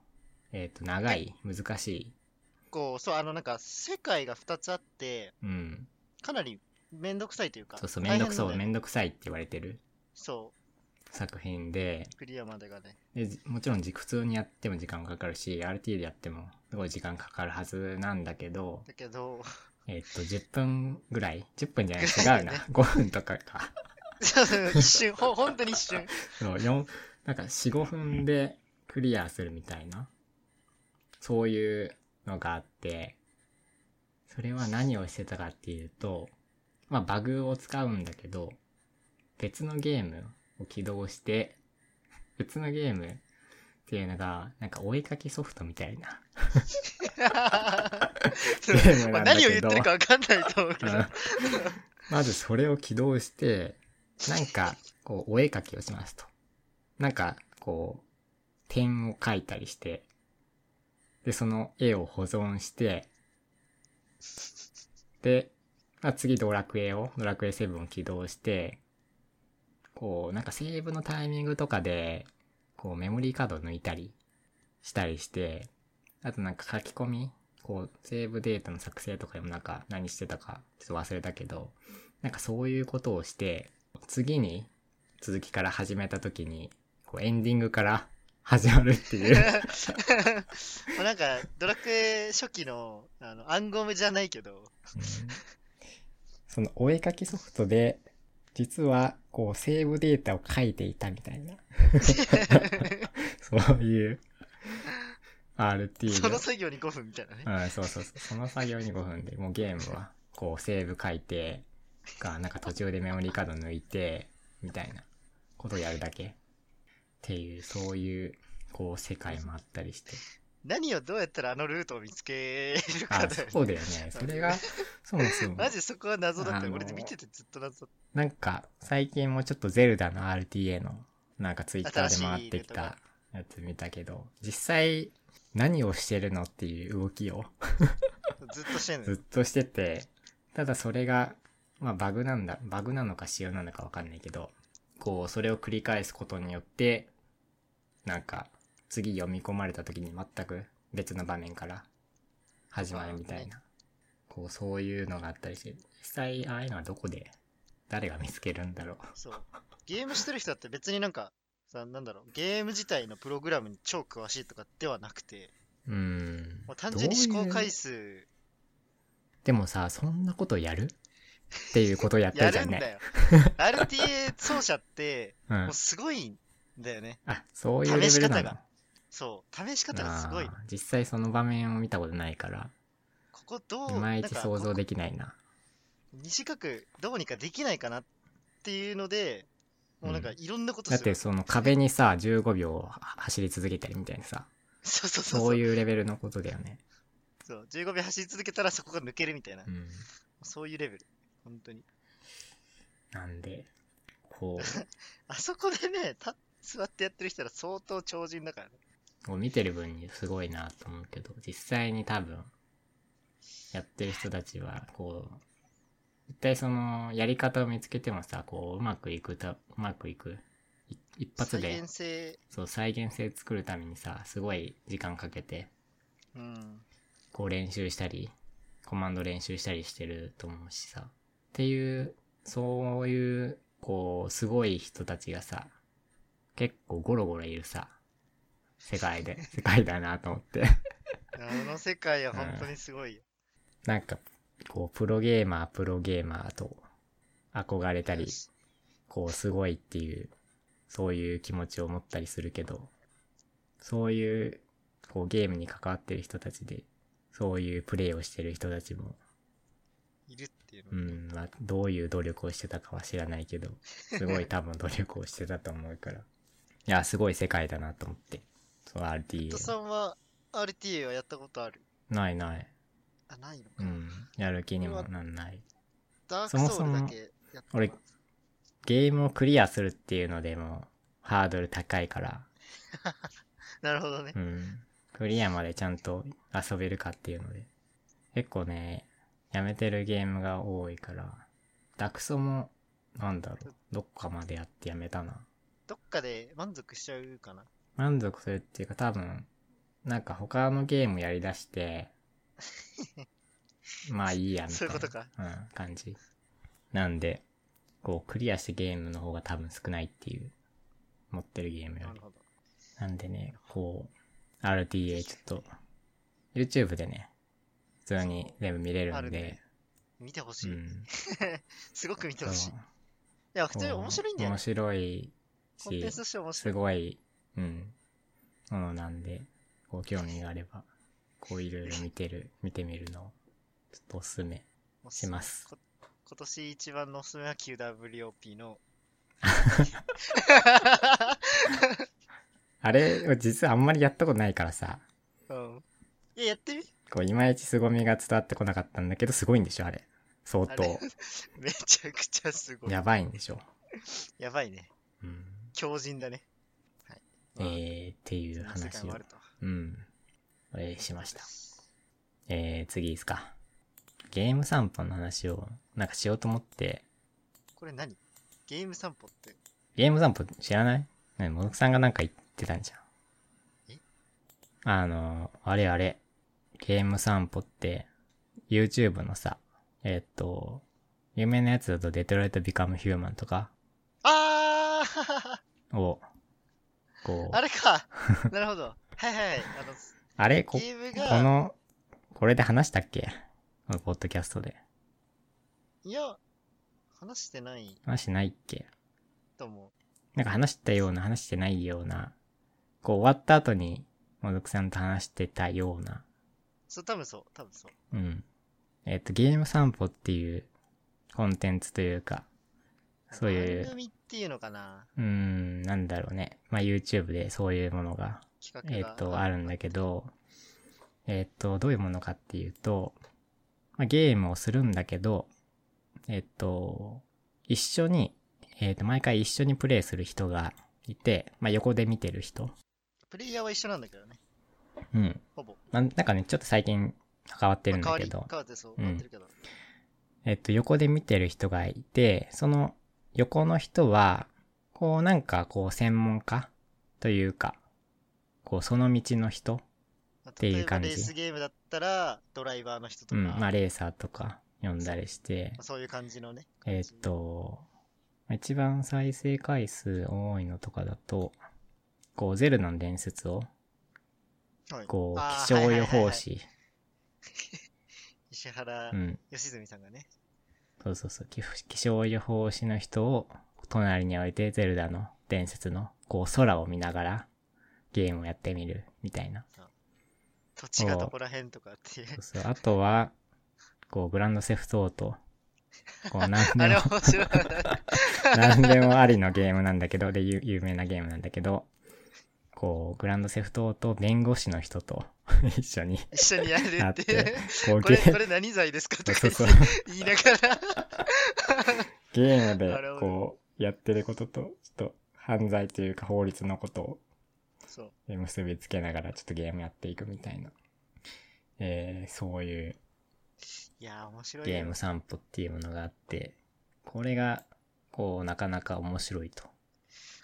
S1: えっ、と、長い、難しい。
S2: こう、そう、あの、なんか、世界が2つあって、
S1: うん。
S2: かなりめんどくさいというか。
S1: そうそう、めんどくそ
S2: 大
S1: う、
S2: 変だ
S1: め
S2: よね
S1: んどくさいって言われてる
S2: そ
S1: 作品で、
S2: う、クリアまでがね。
S1: でじもちろんじ普通にやっても時間かかるし RT でやってもすごい時間かかるはずなんだけど
S2: だけど、 [laughs]
S1: えっと10分ぐらい10分じゃない違うな5分とかか
S2: 一瞬、ほ本当に
S1: [laughs]
S2: 一瞬。
S1: そう4なんか45分でクリアするみたいなそういうのがあってそれは何をしてたかっていうとまあバグを使うんだけど別のゲームを起動して別のゲームっていうのがなんかお絵かきソフトみたいなムなんだけ
S2: まあ
S1: ど
S2: 何を言ってるか分かんないと思うけ
S1: [laughs]
S2: ど。。
S1: うんまずそれを起動して、なんか、こう、お絵描きをしますと。なんか、こう、点を描いたりして、で、その絵を保存して、で、まあ、次ドラクエを、ドラクエ7を起動して、こう、なんかセーブのタイミングとかで、こう、メモリーカードを抜いたりしたりして、あとなんか書き込み、こう、セーブデータの作成とかでもなんか何してたか、ちょっと忘れたけど、なんかそういうことをして、次に続きから始めた時に、こうエンディングから [laughs] 始まるっていう
S2: もうなんか、ドラクエ初期のあの暗号じゃない
S1: [laughs]
S2: けど、
S1: うんそのお絵描きソフトで、実はこうセーブデータを書いていたみたいな、そういう [laughs] RT
S2: そ
S1: が
S2: の作業に5分み
S1: [laughs]
S2: たいなね。
S1: うん、そうそうそう。その作業に5分で、もうゲームは、こう、セーブ書いて、か、なんか途中でメモリーカード抜いて、みたいなことをやるだけ。っていう、そういう、こう、世界もあったりして。
S2: 何をどうやったらあのルートを見つけるか [laughs]
S1: あ、
S2: だよね
S1: そうだよね。それが、そうそう。
S2: マジそこは謎だったよ。
S1: あのー
S2: 俺見ててずっと謎だっ
S1: なんか、最近もちょっとゼルダの RTA の、なんかツイッターで回ってきたやつ見たけど、実際、何をしてるのっていう動きを、
S2: た。ずっとしてんの
S1: ずっ
S2: よ。
S1: としてて、ただそれが、まあバグなんだ、バグなのか仕様なのかわかんないけど、こう、それを繰り返すことによって、なんか、次読み込まれた時に全く別の場面から始まるみたいな、こう、そういうのがあったりして、実際、ああいうのはどこで、誰が見つけるんだろう。
S2: そう。ゲームしてる人だって別になんか、さなんだろう、ゲーム自体のプログラムに超詳しいとかではなくて、
S1: うん
S2: もう単純に試
S1: どう
S2: 行
S1: いう
S2: 回数
S1: でもさそんなことやるっていうことをやって
S2: や
S1: るじゃ
S2: る
S1: ん
S2: んだ
S1: ね、
S2: よ。RTA 奏者って、
S1: うん
S2: もう、すごいんだよね。
S1: あそういうレベルなん
S2: 試し方
S1: だ
S2: がそう、試し方がすごいの。
S1: あー実際その場面を見たことないから
S2: ここどう、
S1: いまい
S2: な
S1: ち
S2: んか
S1: 想像で
S2: こ
S1: きないな
S2: こ短くどうにかできないかなっていうので、もうなんかいろんなこと
S1: だ
S2: す
S1: っ
S2: る。
S1: てその壁にさ15秒は走り続けたりみたいなさ
S2: そうそうそうそ
S1: そうういうレベルのことだよね
S2: そう。15秒走り続けたらそこが抜けるみたいな。
S1: うん
S2: そういうレベル。本当に。
S1: なんでこ
S2: あそこでね、た座ってやってる人は相当超人だからね。
S1: うこう見てる分にすごいなと思うけど実際に多分やってる人たちはこう絶対そのやり方を見つけてもさこううまくいくたうまくいくい一発
S2: 再
S1: で
S2: 現性、
S1: そう再現性作るためにさすごい時間かけて
S2: うん。
S1: こう練習したり、コマンド練習したりしてると思うしさ。っていう、そういう、こう、すごい人たちがさ、結構ゴロゴロいるさ、世界で、世界だなと思って。
S2: この世界は本当にすごいよ。
S1: なんか、こう、プロゲーマー、プロゲーマーと憧れたり、こう、すごいっていう、そういう気持ちを持ったりするけど、そういう、こう、ゲームに関わってる人たちで、そういうプレイをしてる人たちも
S2: いるっていうの
S1: う
S2: がね、
S1: ん、まあ、どういう努力をしてたかは知らないけど、すごい多分努力をしてたと思うから。いや、すごい世界だなと思って。そう、
S2: 伊
S1: RTA
S2: 藤。さんは RTA はやったことある
S1: ないない。
S2: あ、ないのか。
S1: うん。やる気にもなんない。
S2: ダークソ
S1: そ
S2: ウル
S1: もそ
S2: だ
S1: も
S2: けやった
S1: 俺ゲームをクリアするっていうのでも、ハードル高いから、
S2: なるほどね
S1: う。ん。クリアまでちゃんと遊べるかっていうので。結構ね、やめてるゲームが多いから、ダクソも、なんだろう、どっかまでやってやめたな。
S2: どっかで満足しちゃうかな。
S1: 満足するっていうか多分なんか他のゲームやりだして
S2: [laughs]
S1: まあいいやみたいな
S2: そういうことか
S1: うん、感じなんでこうクリアしてゲームの方が多分少ないっていう持ってるゲームよ
S2: なる
S1: り
S2: ほど。
S1: なんでねこう RTA ちょっと YouTube でね普通に全部見れる
S2: あ
S1: ん
S2: る
S1: で
S2: ね見てほし
S1: う
S2: い。
S1: ん
S2: すごく見て
S1: そう
S2: ほしい。いや、普通に面白いんだよ
S1: 面
S2: ね。
S1: 白い
S2: コンテン
S1: し
S2: ツとして面白い。
S1: すごい、うん、ものなんで、ご興味があれば、こういろいろ見てる、見てみるのを、ちょっとおすすめ
S2: もう
S1: します。
S2: [laughs] 今年一番のおすすめは QWOP
S1: [laughs]
S2: の。
S1: あれ、実はあんまりやったことないからさ、
S2: うん。いや、やってみ [laughs]
S1: こう、いまいち凄みが伝わってこなかったんだけど、すごいんでしょ、あれ。相
S2: あ
S1: 当
S2: れ。めちゃくちゃすごい。
S1: やばいんでしょ。
S2: やばいね。
S1: うん。
S2: 強靭だね。はい。
S1: え
S2: まあ
S1: ー、っていう
S2: そんな世界
S1: 話
S2: も
S1: を
S2: ある、と
S1: うん、お礼しました。えー、次ですか。ゲーム散歩の話を、なんかしようと思って、
S2: これ何ゲーム散歩って。
S1: ゲーム散歩知らないね、もどくさんがなんか言ってたんじゃ
S2: え
S1: ん。あの、あれあれ。ゲーム散歩って、YouTube のさ、えーっと、有名なやつだとデトロイトビカムヒューマンとか
S2: あー [laughs]
S1: を、こう、
S2: あ
S1: [laughs]
S2: れかなるほど。はいはいはい。あの、
S1: あれこ、
S2: ゲーム
S1: こ
S2: が、
S1: の、これで話したっけこのポッドキャストで。
S2: いや、話してない
S1: 話してないっけ
S2: と思
S1: なんか話したような話してないような、こう終わった後に、もどくさんと話してたような、
S2: う。そう、多分そう、多分そう。
S1: うん。えっ、と、ゲーム散歩っていうコンテンツというか、そうい
S2: 番
S1: う、
S2: 組っていうのかな
S1: うーん、なんだろうね。まあ、YouTube でそういうものが、
S2: 企
S1: えっ、
S2: 画が。
S1: と、あるんだけど、えっ、と、どういうものかっていうと、まあ、ゲームをするんだけど、えっ、と、一緒に、えっ、と、毎回一緒にプレイする人がいて、まあ、横で見てる人。
S2: プレイヤーは一緒なんだけどね。
S1: うん。
S2: ほぼ。
S1: まあなんかね、ちょっと最近関わってるんだ
S2: まあ変わ
S1: け
S2: り
S1: ど。
S2: 変わってそう、
S1: うん
S2: 変わってるけど。
S1: えっと、横で見てる人がいて、その横の人は、こうなんかこう専門家というか、こうその道の人、
S2: まあ
S1: ていう感じ
S2: 例えばレースゲームだったら、ドライバーの人と
S1: うん、
S2: か、ま
S1: まあ
S2: あ
S1: レーサーとか呼んだりして、
S2: そういう感じのね。
S1: えっと、一番再生回数多いのとかだと、こうゼルダの伝説を
S2: はい
S1: こ
S2: あー
S1: う、気象予
S2: はいはいはいは
S1: 報
S2: い
S1: 士、
S2: 石原
S1: うん、
S2: 良純さんがね。
S1: そうそうそう、気気象予報士の人を隣に置いて、ゼルダの伝説の、こう、空を見ながら、ゲームをやってみる、みたいな。
S2: 土地がどこら辺とかっていう
S1: そ。うそう。あとは、こう、グランドセフトオート。こう、何
S2: あ
S1: で
S2: れ
S1: も、
S2: 面白い。
S1: 何でもありのゲームなんだけど、で、有有名なゲームなんだけど、こう、グランドセフトオート弁護士の人と [laughs] 一緒に
S2: 一緒にやる
S1: なっ
S2: って
S1: て
S2: いう。、
S1: こう、
S2: こ
S1: ゲ
S2: れ、こ
S1: ー
S2: れ何罪ですかと
S1: そ
S2: か
S1: うそう
S2: 言いながら。
S1: ゲーム
S2: な
S1: で
S2: るほ、ど
S1: こう、やってることと、ちょっと、犯罪というか法律のことを
S2: そう。
S1: えー結びつけながら、ちょっとゲームやっていくみたいな、えー、そういう
S2: いやー、面白いよ。
S1: ゲーム散歩っていうものがあって、これが、こう、なかなか面白いと。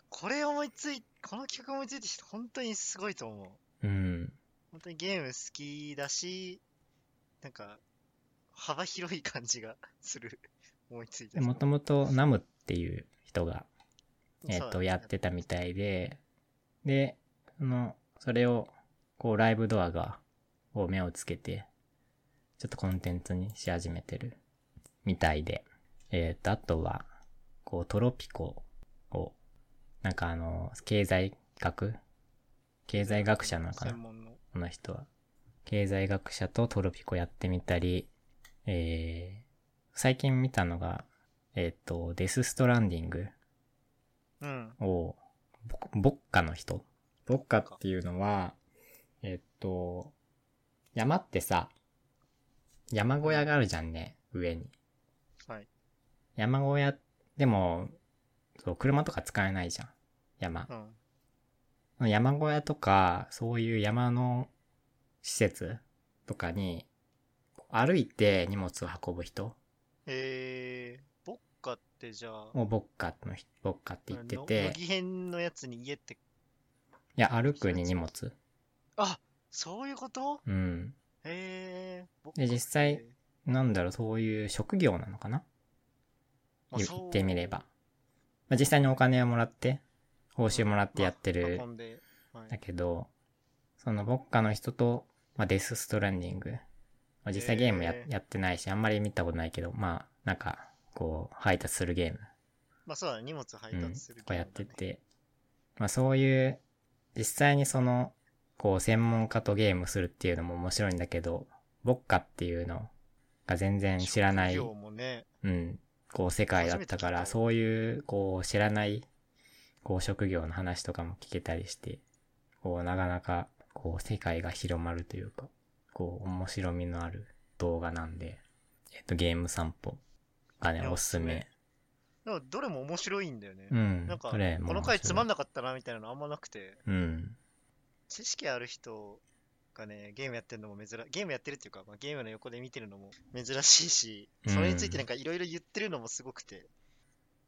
S2: これ思いつい、この企画思いついた人、本当にすごいと思
S1: う
S2: う。
S1: ん。
S2: 本当にゲーム好きだし、なんか、幅広い感じがする。思いついた人。
S1: もともとナムっていう人が、えっ、
S2: そうだ
S1: と、
S2: ね
S1: やってたみたいで、で、その、それを、こう、ライブドアが、こう、目をつけて、ちょっとコンテンツにし始めてるみたいで、えっ、と、あとは、こう、トロピコを、なんかあの、経済学経済学者なのかな
S2: 専門の。
S1: この人は。経済学者とトロピコやってみたり、えー、最近見たのが、えっ、と、デスストランディング
S2: うん。
S1: を、ボボッカの人ボッカっていうのは、えっ、と、山ってさ、山小屋があるじゃんね、上に。
S2: はい。
S1: 山小屋、でも、そう、車とか使えないじゃん。山。
S2: うん。
S1: 山小屋とか、そういう山の施設とかに、歩いて荷物を運ぶ人
S2: えー、ボッカってじゃあ、
S1: をボッカの人、ボッカって言って
S2: の
S1: て、
S2: 乃
S1: い
S2: 木編のやつに家って、
S1: や、歩くに荷物。
S2: あそういうこと
S1: うん。
S2: へえ。僕
S1: で実際なんだろう、そういう職業なのかな
S2: あ
S1: 言
S2: そう
S1: 言ってみれば。まあ、実際にお金をもらって、報酬もらってやって
S2: ま
S1: る
S2: あ運んではい
S1: だけど、そのボッカの人と、まあ、デスストランディング。まあ、実際ゲームや,、
S2: へー
S1: やってないし、あんまり見たことないけど、まあ、なんか、こう、配達するゲーム。
S2: まあそうだね、荷物配
S1: うん
S2: 達する、
S1: こうやって
S2: ゲームだね。
S1: て、まあそういう、実際にその、こう専門家とゲームするっていうのも面白いんだけど、ボッカっていうのが全然知らない、
S2: 職業もね、
S1: うん、こう世界だったか
S2: 初めて聞いた
S1: ら、
S2: よ
S1: そういう、こう知らない、こう職業の話とかも聞けたりして、こうなかなか、こう世界が広まるというか、こう面白みのある動画なんで、えっとゲーム散歩が
S2: い
S1: ね、
S2: や
S1: おすすめ。
S2: でもどれも面白いんだよね。
S1: うん。
S2: なんか、
S1: どれも
S2: この回
S1: 面白い
S2: つまんなかったなみたいなのあんまなくて、
S1: うん。
S2: 知識ある人がね、ゲームやってるのも珍、ゲームやってるっていうか、まあ、ゲームの横で見てるのも珍しいし、それについてなんかいろいろ言ってるのもすごくて、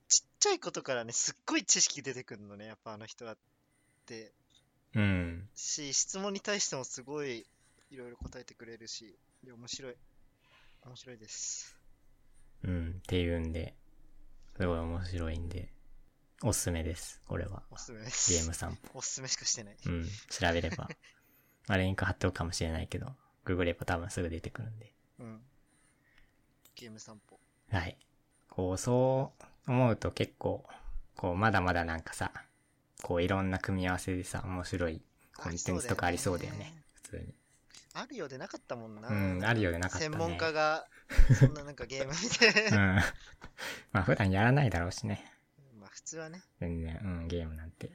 S2: ちっちゃいことからね、すっごい知識出てくるのね、やっぱあの人だって。
S1: うん。
S2: し、質問に対してもすごいいろいろ答えてくれるし、いや面白い。面白いです。
S1: うん。っていうんで、すごい面白いんで、おすすめです。これは。
S2: おすすめで
S1: ゲ
S2: す。
S1: ーム散
S2: おすすめしかしてない。
S1: 歩。うん。調べれば。まあ、リンク貼っておくかもしれないけど、ググれば多分すぐ出てくるんで。
S2: うん。ゲーム散歩。
S1: はい。こう、そう思うと結構、こう、まだまだなんかさ、こう、いろんな組み合わせでさ、面白いコンテンツとかありそうだよね。普通に。
S2: あるようでなかったもんな。
S1: うん、あるようでなかった
S2: 専
S1: ね。
S2: 門家
S1: [laughs]
S2: が、そんななんかゲーム見て
S1: うん。 [laughs] まあ、普段やらないだろうしね。
S2: まあ普通はね。
S1: 全然、うん、ゲームなんて。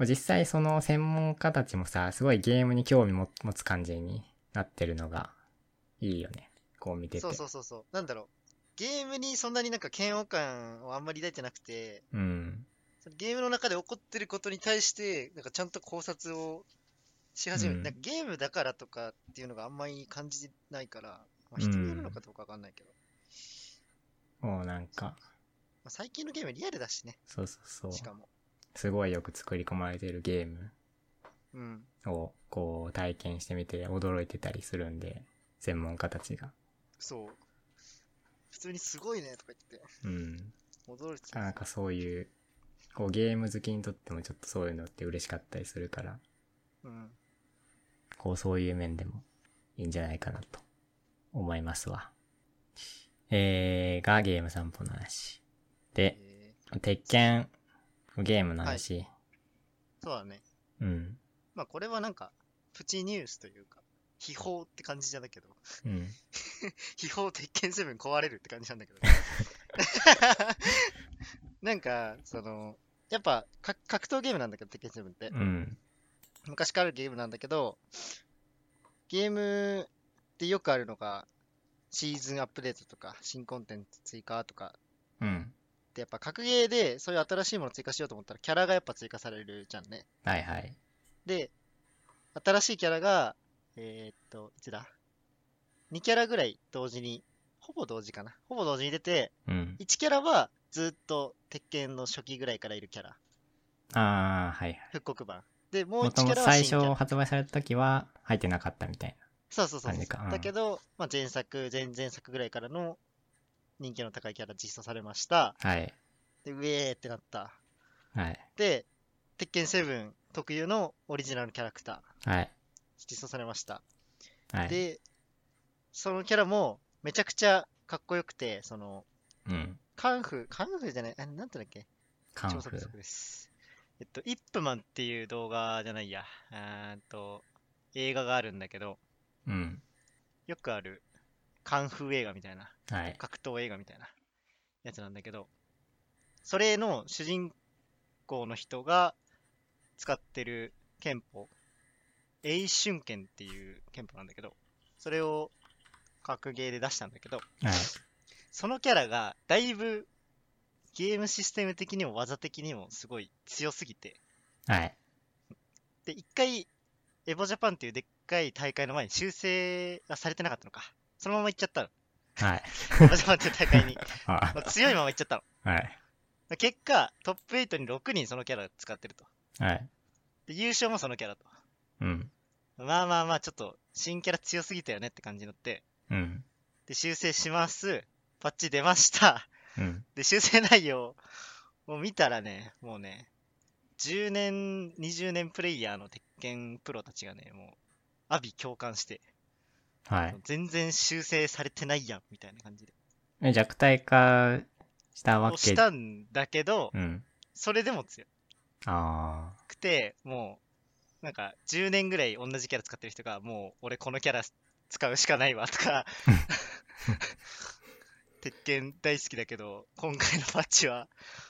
S1: 実際その専門家たちもさ、すごいゲームに興味も持つ感じになってるのが、いいよね。こう見てて。
S2: そうそうそうそう。なんだろう。ゲームにそんなになんか嫌悪感をあんまり抱いてなくて、
S1: うん。
S2: そのゲームの中で起こってることに対して、なんかちゃんと考察をし始めて、
S1: うん
S2: なんかゲームだからとかっていうのがあんまり感じないから、まあ、
S1: うん
S2: 人によるのかどうかわかんないけど、
S1: もうなんか、
S2: まあ、最近のゲームリアルだしね、
S1: そうそう
S2: し
S1: そ
S2: か
S1: う。
S2: も。
S1: すごいよく作り込まれてるゲーム
S2: うん。
S1: を、こう、体験してみて驚いてたりするんで、専門家たちが。
S2: そう。普通にすごいねとか言って、
S1: うん。
S2: 驚いてた
S1: なんかそういう、こう、ゲーム好きにとってもちょっとそういうのって嬉しかったりするから、
S2: うん。
S1: こう、そういう面でもいいんじゃないかなと思いますわ。えー、がゲーム散歩の話。で、
S2: え
S1: 鉄拳、ゲームの話。
S2: ーそうだね。
S1: うん。
S2: まあこれはなんか、プチニュースというか、秘宝って感じじゃだけど、 [laughs]
S1: うん。
S2: 秘宝鉄拳セブン壊れるって感じなんだけど。 [laughs] なんか、その、やっぱか格闘ゲームなんだけど、鉄拳セブンって
S1: う。ん。
S2: 昔からあるゲームなんだけど、ゲームでよくあるのが、シーズンアップデートとか、新コンテンツ追加とか
S1: うん。
S2: って、やっぱ格ゲーでそういう新しいもの追加しようと思ったら、キャラがやっぱ追加されるじゃんね。
S1: はいはい。
S2: で、新しいキャラが、えーっと、いつだ ?2 キャラぐらい同時に、ほぼ同時かな。ほぼ同時に出て、
S1: うん。
S2: 1キャラはずっと鉄拳の初期ぐらいからいるキャラ、
S1: あー、はいはい。
S2: 復刻版。で、もう
S1: も
S2: 1
S1: と
S2: キ
S1: もと
S2: ャラは
S1: 最
S2: 新キャ
S1: 初
S2: ラ。
S1: 発売された時は入ってなかったみたい
S2: そうそうそうそう
S1: 感じかうん
S2: だけど、まあ、前作、前々作ぐらいからの人気の高いキャラ実装されました。
S1: な。はい。
S2: で、うえーってなった。
S1: はい。
S2: で、鉄拳7特有のオリジナルキャラクター
S1: はい。
S2: 実装されました。
S1: はい。
S2: で、そのキャラもめちゃくちゃかっこよくて、その、
S1: うん。
S2: カンフー、カンフーじゃない、あなんていうんだっけ
S1: カン
S2: 超
S1: フ
S2: 速
S1: ー
S2: 足。です。えっと、イップマンっていう動画じゃないや、あーっと、映画があるんだけど、
S1: うん。
S2: よくある、カンフー映画みたいな、
S1: はい。
S2: 格闘映画みたいなやつなんだけど、それの主人公の人が使ってる剣法、英春剣っていう剣法なんだけど、それを格ゲーで出したんだけど、
S1: はい。
S2: そのキャラがだいぶゲームシステム的にも技的にもすごい強すぎて、
S1: はい。
S2: で、一回、エボジャパンっていうでっかい大会の前に修正がされてなかったのか。そのまま行っちゃったの。
S1: はい。
S2: エボジャパンっていう大会に。
S1: あ
S2: まあ強いまま行っちゃったの。
S1: はい。
S2: 結果、トップ8に6人そのキャラ使ってると。
S1: はい。
S2: で、優勝もそのキャラと。
S1: うん。
S2: まあまあまあ、ちょっと、新キャラ強すぎたよねって感じになって、
S1: うん。
S2: で、修正します。パッチ出ました。
S1: うん。
S2: で、修正内容を見たらね、もうね、10年、20年プレイヤーの鉄拳プロたちがね、もう、阿ビ共感して、
S1: はい。
S2: 全然修正されてないやん、みたいな感じで。
S1: え弱体化したわ
S2: 押
S1: け
S2: したんだけど、
S1: うん。
S2: それでも強
S1: あ
S2: くて、もう、なんか、10年ぐらい同じキャラ使ってる人が、もう、俺このキャラ使うしかないわ、とか、鉄拳大好きだけど、今回のパッチは、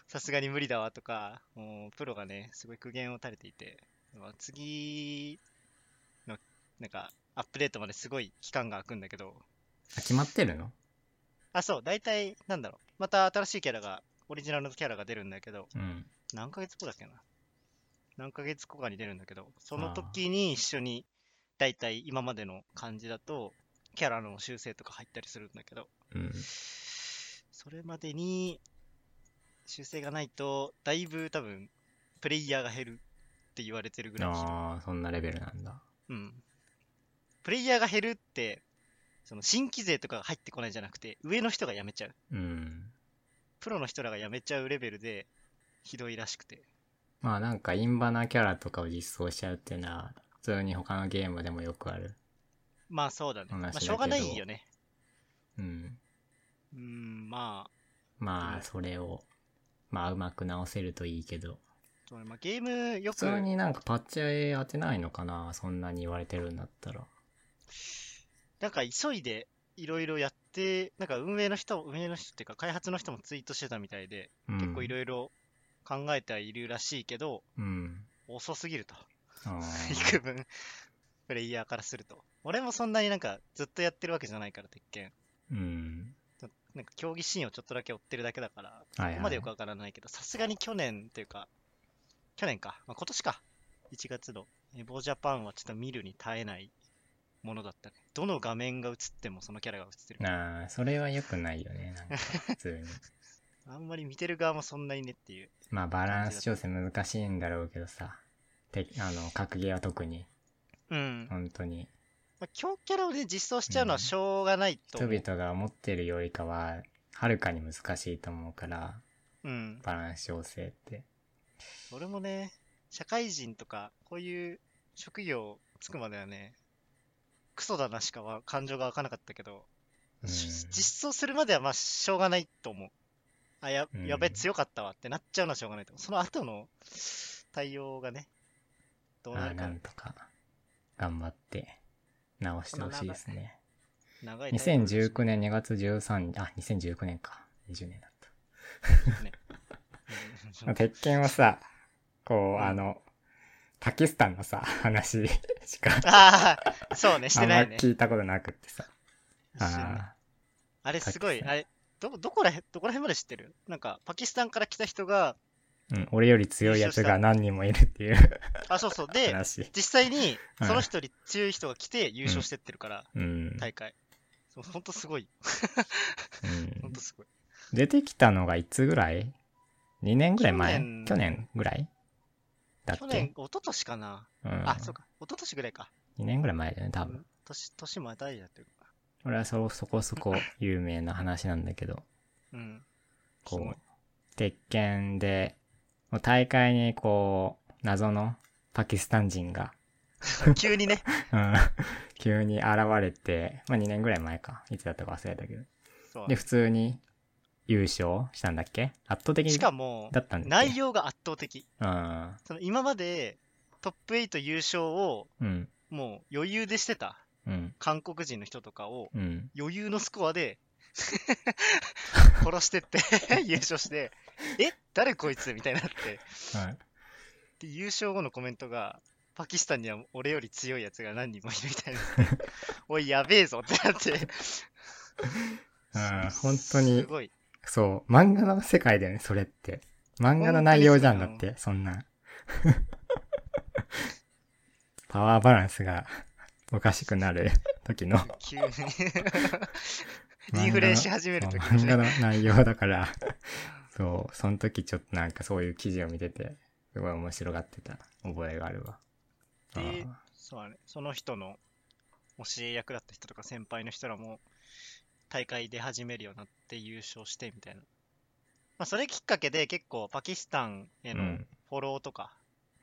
S2: さすがに無理だわ、とか、もう、プロがね、すごい苦言を垂れていて、まあ次の、なんか、アップデートまですごい期間が空くんだけど、
S1: あ。決まってるの
S2: あ、そう、大体、なんだろう。また新しいキャラが、オリジナルのキャラが出るんだけど、
S1: うん。
S2: 何ヶ月後だっけな。何ヶ月後かに出るんだけど、その時に一緒に、大体今までの感じだと、キャラの修正とか入ったりするんだけど、
S1: うん。
S2: それまでに、修正がないと、だいぶ多分、プレイヤーが減るって言われてるぐらいひどい。
S1: ああ、そんなレベルなんだ。
S2: うん。プレイヤーが減るって、その新規勢とかが入ってこないじゃなくて、上の人が辞めちゃう。
S1: うん。
S2: プロの人らが辞めちゃうレベルでひどいらしくて。
S1: まあなんかインバナキャラとかを実装しちゃうっていうのは、普通に他のゲームでもよくある。
S2: まあそうだね。
S1: 同じ
S2: ま
S1: だけど
S2: あしょうがないよね。
S1: うん。
S2: うーん、まあ、
S1: ま
S2: うん
S1: あ、それを、まあ、うまく直せるといいけど。
S2: そうねまあ、ゲームよ
S1: 普
S2: く、
S1: 通になんかパッチャ当てないのかなそんなに言われてるんだったら。
S2: なんか急いでいろいろやって、なんか運営の人、運営の人っていうか開発の人もツイートしてたみたいで、
S1: うん、
S2: 結構いろいろ考えてはいるらしいけど、
S1: うん。
S2: 遅すぎると。
S1: あー
S2: 幾分、プレイヤーからすると。俺もそんなになんかずっとやってるわけじゃないから、鉄拳。
S1: うん。
S2: なんか競技シーンをちょっとだけ追ってるだけだから、
S1: はい
S2: ここ
S1: は
S2: まで
S1: い
S2: よく。わからないけど、さすがに去年というか、去年か、まあ、今年か、1月のエボジャパンはちょっと見るに耐えないものだったね。どの画面が映ってもそのキャラが映ってる。
S1: なあ、それは良くないよね。なんか、普
S2: [laughs]
S1: 通に。
S2: あんまり見てる側もそんなにねっていう。
S1: まあ、バランス調整難しいんだろうけどさ。てあの、格ゲーは特に、
S2: うん。
S1: 本当に。
S2: まあ、強キャラをね、実装しちゃうのはしょうがない
S1: 人
S2: と思う。
S1: 々が思ってるよりかは、はるかに難しいと思うから、
S2: うん。
S1: バランス調整って。
S2: 俺もね、社会人とか、こういう職業つくまではね、クソだなしかは感情が湧かなかったけど、
S1: うん
S2: し実装するまではまあしょうがないと思う。あ、や
S1: うん
S2: やべ、強かったわってなっちゃうのはしょうがないと思う。その後の対応がね、どうな
S1: あ
S2: る
S1: な
S2: か
S1: んとか頑張って直してほしいですね。
S2: 長い対応です
S1: 2019年2月13日、あ、2019年か。20年だっ
S2: ね。
S1: た。鉄拳はさ、こ
S2: う
S1: う、
S2: ん
S1: あの、パキスタンのさ、話しか、
S2: [laughs] ああ、そう [laughs] ね、し
S1: あ
S2: て
S1: ん
S2: な
S1: ま
S2: いね。
S1: 聞いたことなくってさ。
S2: してない
S1: [laughs] あ
S2: あれすごい、
S1: パキスタン
S2: あれ、ど、どこらへん、どこら辺まで知ってるなんか、パキスタンから来た人が、
S1: ーうん、俺より強いやつが何人もいるっていう
S2: あ、そうそう、で、
S1: 話。
S2: 実際に
S1: うん
S2: その人より強い人が来て優勝してってるから、
S1: うん。
S2: 大会。そうほんとすごい。
S1: うん
S2: ほんとすごい。
S1: 出てきたのがいつぐらい ?2 年ぐらい前
S2: 去
S1: 去年
S2: 年
S1: ぐらいだっ
S2: 去年
S1: け、、
S2: 一昨年かな。
S1: うん、
S2: あ、そうか、一昨年ぐらいか。
S1: 2年ぐらい前だよね、多分。
S2: 年、年も大事だってるか
S1: 俺はそそこそこ有名な話なんだけど、
S2: ら。うん。すご
S1: こ、
S2: いう
S1: 鉄拳で、もう大会にこう、謎のパキスタン人が、
S2: 急
S1: [laughs]
S2: にね。
S1: うん、急に現れて、まあ2年ぐらい前か、いつだったか忘れたけど。
S2: そう
S1: で、普通に優勝したんだっけ圧倒的に
S2: し
S1: だ
S2: かも、
S1: ったんだっけ
S2: 内容が圧倒的。
S1: うん。
S2: その今までトップ8優勝を
S1: うん。
S2: もう余裕でしてた
S1: うん。
S2: 韓国人の人とかを
S1: うん。
S2: 余裕のスコ
S1: [laughs]
S2: アで殺してって [laughs] 優勝して、え誰こいつみたいになって。
S1: はい。
S2: で、優勝後のコメントが、パキスタンには俺より強いやつが何人もいるみた
S1: [laughs]
S2: いな。おい、やべえぞってなって。
S1: うん本当に
S2: すごい。
S1: そう、漫画の世界だよね、それって。漫画の内容じゃんだ
S2: 本
S1: っ
S2: 当
S1: て、そんな。 [laughs] パワーバランスがおかしくな
S2: [laughs]
S1: る時の
S2: 急に [laughs] インフレし始めるとき
S1: 漫画の内容だから、そう、その時ちょっとなんかそういう記事を見てて、すごい面白がってた覚えがあるわ。あ
S2: で
S1: ー
S2: そうだね、その人の教え役だった人とか先輩の人らも大会出始めるようになって優勝してみたいな。まあ、それきっかけで結構パキスタンへ
S1: う
S2: の
S1: ん
S2: フォローとか、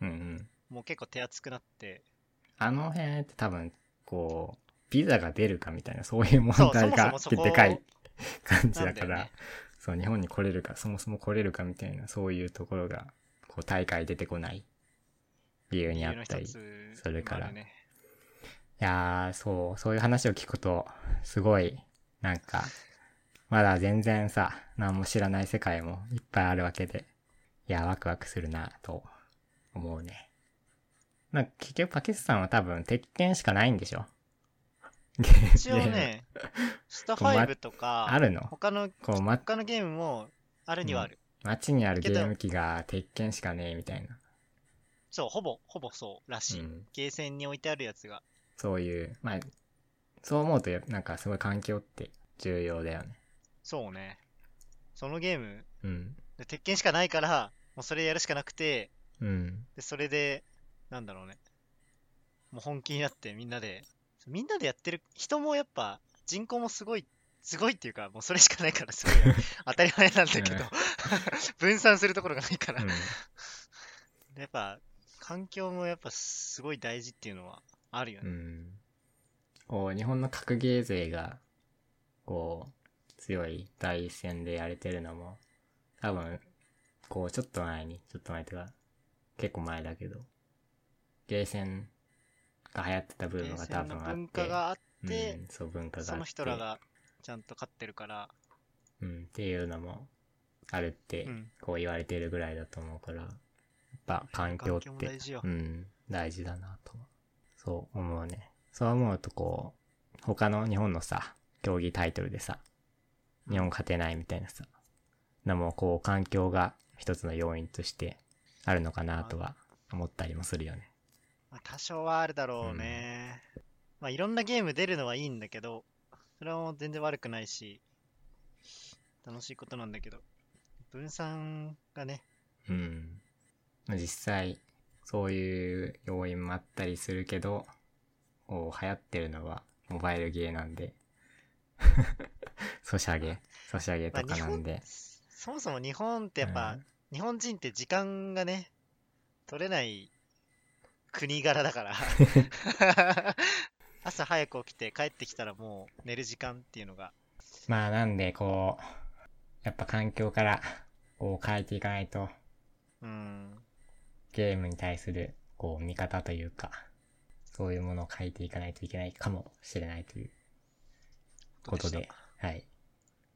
S1: うんうん。
S2: もう結構手厚くなって、
S1: あの辺って多分、こう、ビザが出るかみたいな、そういう問題が
S2: そうそもそもそこ
S1: でかい感じだか
S2: なんだよ
S1: ら
S2: ね、
S1: そう、日本に来れるか、そもそも来れるかみたいな、そういうところが、こう、大会出てこない理由
S2: 理
S1: にあ
S2: 由
S1: っ
S2: の一
S1: たり。い
S2: つ
S1: それから
S2: まあね。
S1: やー、そう、そういう話を聞くと、すごい、なんか、まだ全然さ、何も知らない世界もいっぱいあるわけで、いやー、ワクワクするな、と思うね。まあ、結局パキスタンは多分、鉄拳しかないんでしょ
S2: 一応ね、スタ5と
S1: [laughs] あ
S2: か、
S1: るの
S2: 他の
S1: こう、ま、
S2: 他のゲームもあるにはある。
S1: 街にある
S2: け
S1: ゲ
S2: ど
S1: ーム機が鉄拳しかねえみたいな。
S2: そう、ほぼ、ほぼそうらしい。
S1: うん
S2: ゲーセンに置いてあるやつが。
S1: そういう、まあ、そう思うとや、なんかすごい環境って重要だよね。
S2: そうね。そのゲーム、
S1: うん。
S2: で鉄拳しかないから、もうそれやるしかなくて、 [laughs]
S1: うん。
S2: でそれで、なんだろうね。もう本気になってみんなで、みんなでやってる人もやっぱ人口もすごい、すごいっていうか、もうそれしかないからすごい当たり前なんだけ
S1: う
S2: ど
S1: ん、
S2: [laughs] 分散するところがないから、
S1: うん
S2: でやっぱ環境もやっぱすごい大事っていうのはあるよ
S1: う
S2: ね。
S1: ん。こう、日本の格ゲー勢が、こう、強い第一線でやれてるのも、多分、こう、ちょっと前に、ちょっと前というか、結構前だけど、ゲーセンが流行ってたブー
S2: ゲ
S1: ム
S2: ー
S1: が
S2: セ
S1: 多
S2: ンの
S1: 分あって、
S2: 文化があっ
S1: う
S2: て、
S1: ん、そう、文化があって。
S2: その人らがちゃんと勝ってるから、
S1: うん、っていうのもあるって
S2: うん、
S1: こう言われてるぐらいだと思うから、やっぱ環境
S2: 環
S1: っ
S2: も
S1: て
S2: 大、事よ
S1: う。ん、大事だなと、そう思うね。そう思うとこう、他の日本のさ、競技タイトルでさ、日本勝てないみたいなさ、のもこう環境が一つの要因としてあるのかなとは思ったりもするよね。
S2: まあ、多少はあるだろうね。まあ、いろんなゲーム出るのはいいんだけど、それはもう全然悪くないし、楽しいことなんだけど、分散がね、
S1: うん。実際、そういう要因もあったりするけど、こう流行ってるのはモバイルゲーなんで、 [laughs] ソシャゲ、ソシャゲ
S2: ま
S1: と
S2: あ、
S1: か
S2: 日
S1: なん
S2: 本
S1: で。
S2: そもそも日本ってやっぱ、
S1: うん
S2: 日本人って時間がね、取れない国柄だから。
S1: [laughs]
S2: 朝早く起きて帰ってきたらもう寝る時間っていうのが、
S1: まあなんでこう、やっぱ環境からこう変えていかないと、
S2: うん、
S1: ゲームに対するこう見方というか、そういうものを変えていかないといけないかもしれないということで、
S2: した
S1: はい、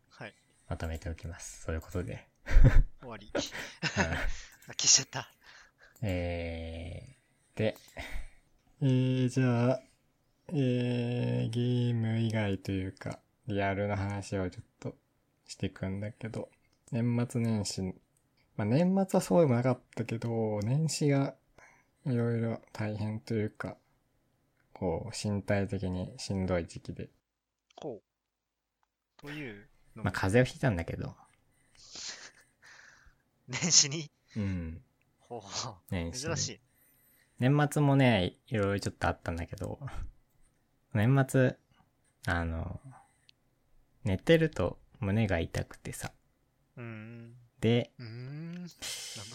S2: はい、
S1: まとめておきます。そういうこと
S2: [laughs]
S1: で。
S2: 終わり。
S1: うん
S2: あ消しちゃった。
S1: えー、で、えー、じゃあ、えー、ゲーム以外というか、リアルな話をちょっとしていくんだけど、年末年始、まあ年末はそうでもなかったけど、年始がいろいろ大変というか、こう、身体的にしんどい時期で。
S2: こう。という
S1: ま
S2: のも
S1: あ、風邪をひいたんだけど。
S2: 年始に、
S1: うん。
S2: ほうほう
S1: 年始に
S2: 珍しい。
S1: 年末もね、いろいろちょっとあったんだけど、年末、あの、寝てると胸が痛くてさ。
S2: うーん。
S1: で、
S2: うーん。なんだ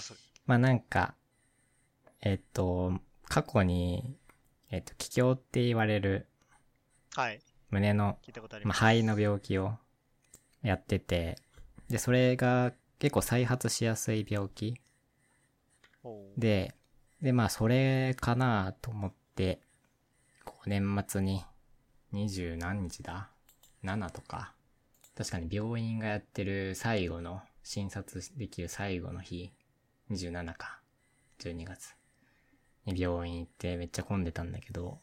S2: それ。
S1: まあなんか、えっと、過去に、えっと、気胸って言われる
S2: はい。
S1: 胸の、
S2: 聞いたことあり
S1: まあ、
S2: ます。
S1: 肺の病気をやってて、で、それが結構再発しやすい病気
S2: ほう
S1: で、で、まあ、それかなと思って、こう年末に、二十何日だ ?7 とか。確かに病院がやってる最後の、診察できる最後の日、27か。12月。に病院行ってめっちゃ混んでたんだけど、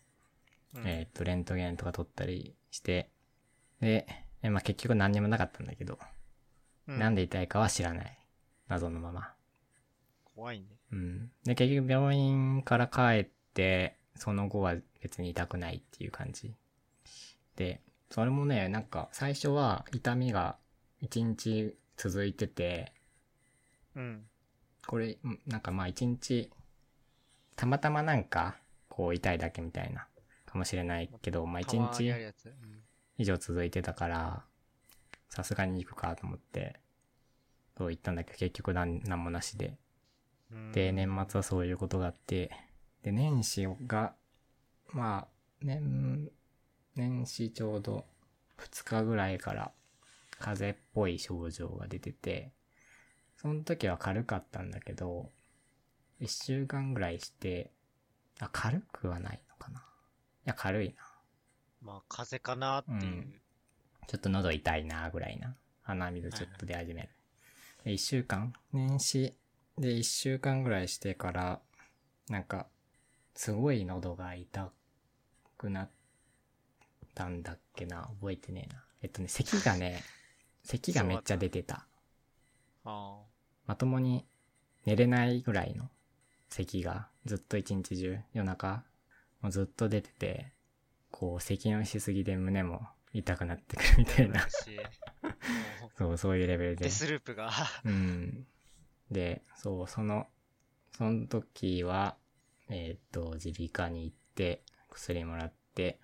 S2: うん
S1: えーっと、レントゲンとか取ったりして、で、えまあ結局何にもなかったんだけど、
S2: う
S1: なんで痛いかは知らない。謎のまま。
S2: 怖いね。
S1: うん。で、結局病院から帰って、その後は別に痛くないっていう感じ。で、それもね、なんか最初は痛みが1日続いてて、
S2: うん。
S1: これ、うんなんかまあ1日、たまたまなんか、こう痛いだけみたいな、かもしれないけど、まあ
S2: たま
S1: 1
S2: にある
S1: 日
S2: やつ。うん
S1: 以上続いてたから、さすがに行くかと思って、そう言ったんだけど、結局なんなんもなしで。
S2: うん
S1: で、年末はそういうことがあって、で、年始が、まあ、年、年始ちょうど2日ぐらいから風邪っぽい症状が出てて、その時は軽かったんだけど、1週間ぐらいして、あ、軽くはないのかな。いや、軽いな。
S2: まあ、風邪かなっていう。
S1: うんちょっと喉痛いなぐらいな。鼻水ちょっと出始める。で、1週間年始で1週間ぐらいしてから、なんか、すごい喉が痛くなったんだっけな。覚えてねえな。えっとね、咳がね、咳がめっちゃ出てた。
S2: ああ。
S1: まともに寝れないぐらいの咳がずっと一日中夜中もうずっと出てて、こう咳のしすぎで胸も痛くなってくるみたいな
S2: 羨
S1: [laughs]
S2: ま。しいもう
S1: そう、そういうレベルで
S2: デ。スループが。
S1: うん。で、そう、その、その時は、えーっと、耳鼻科に行って、薬もらって、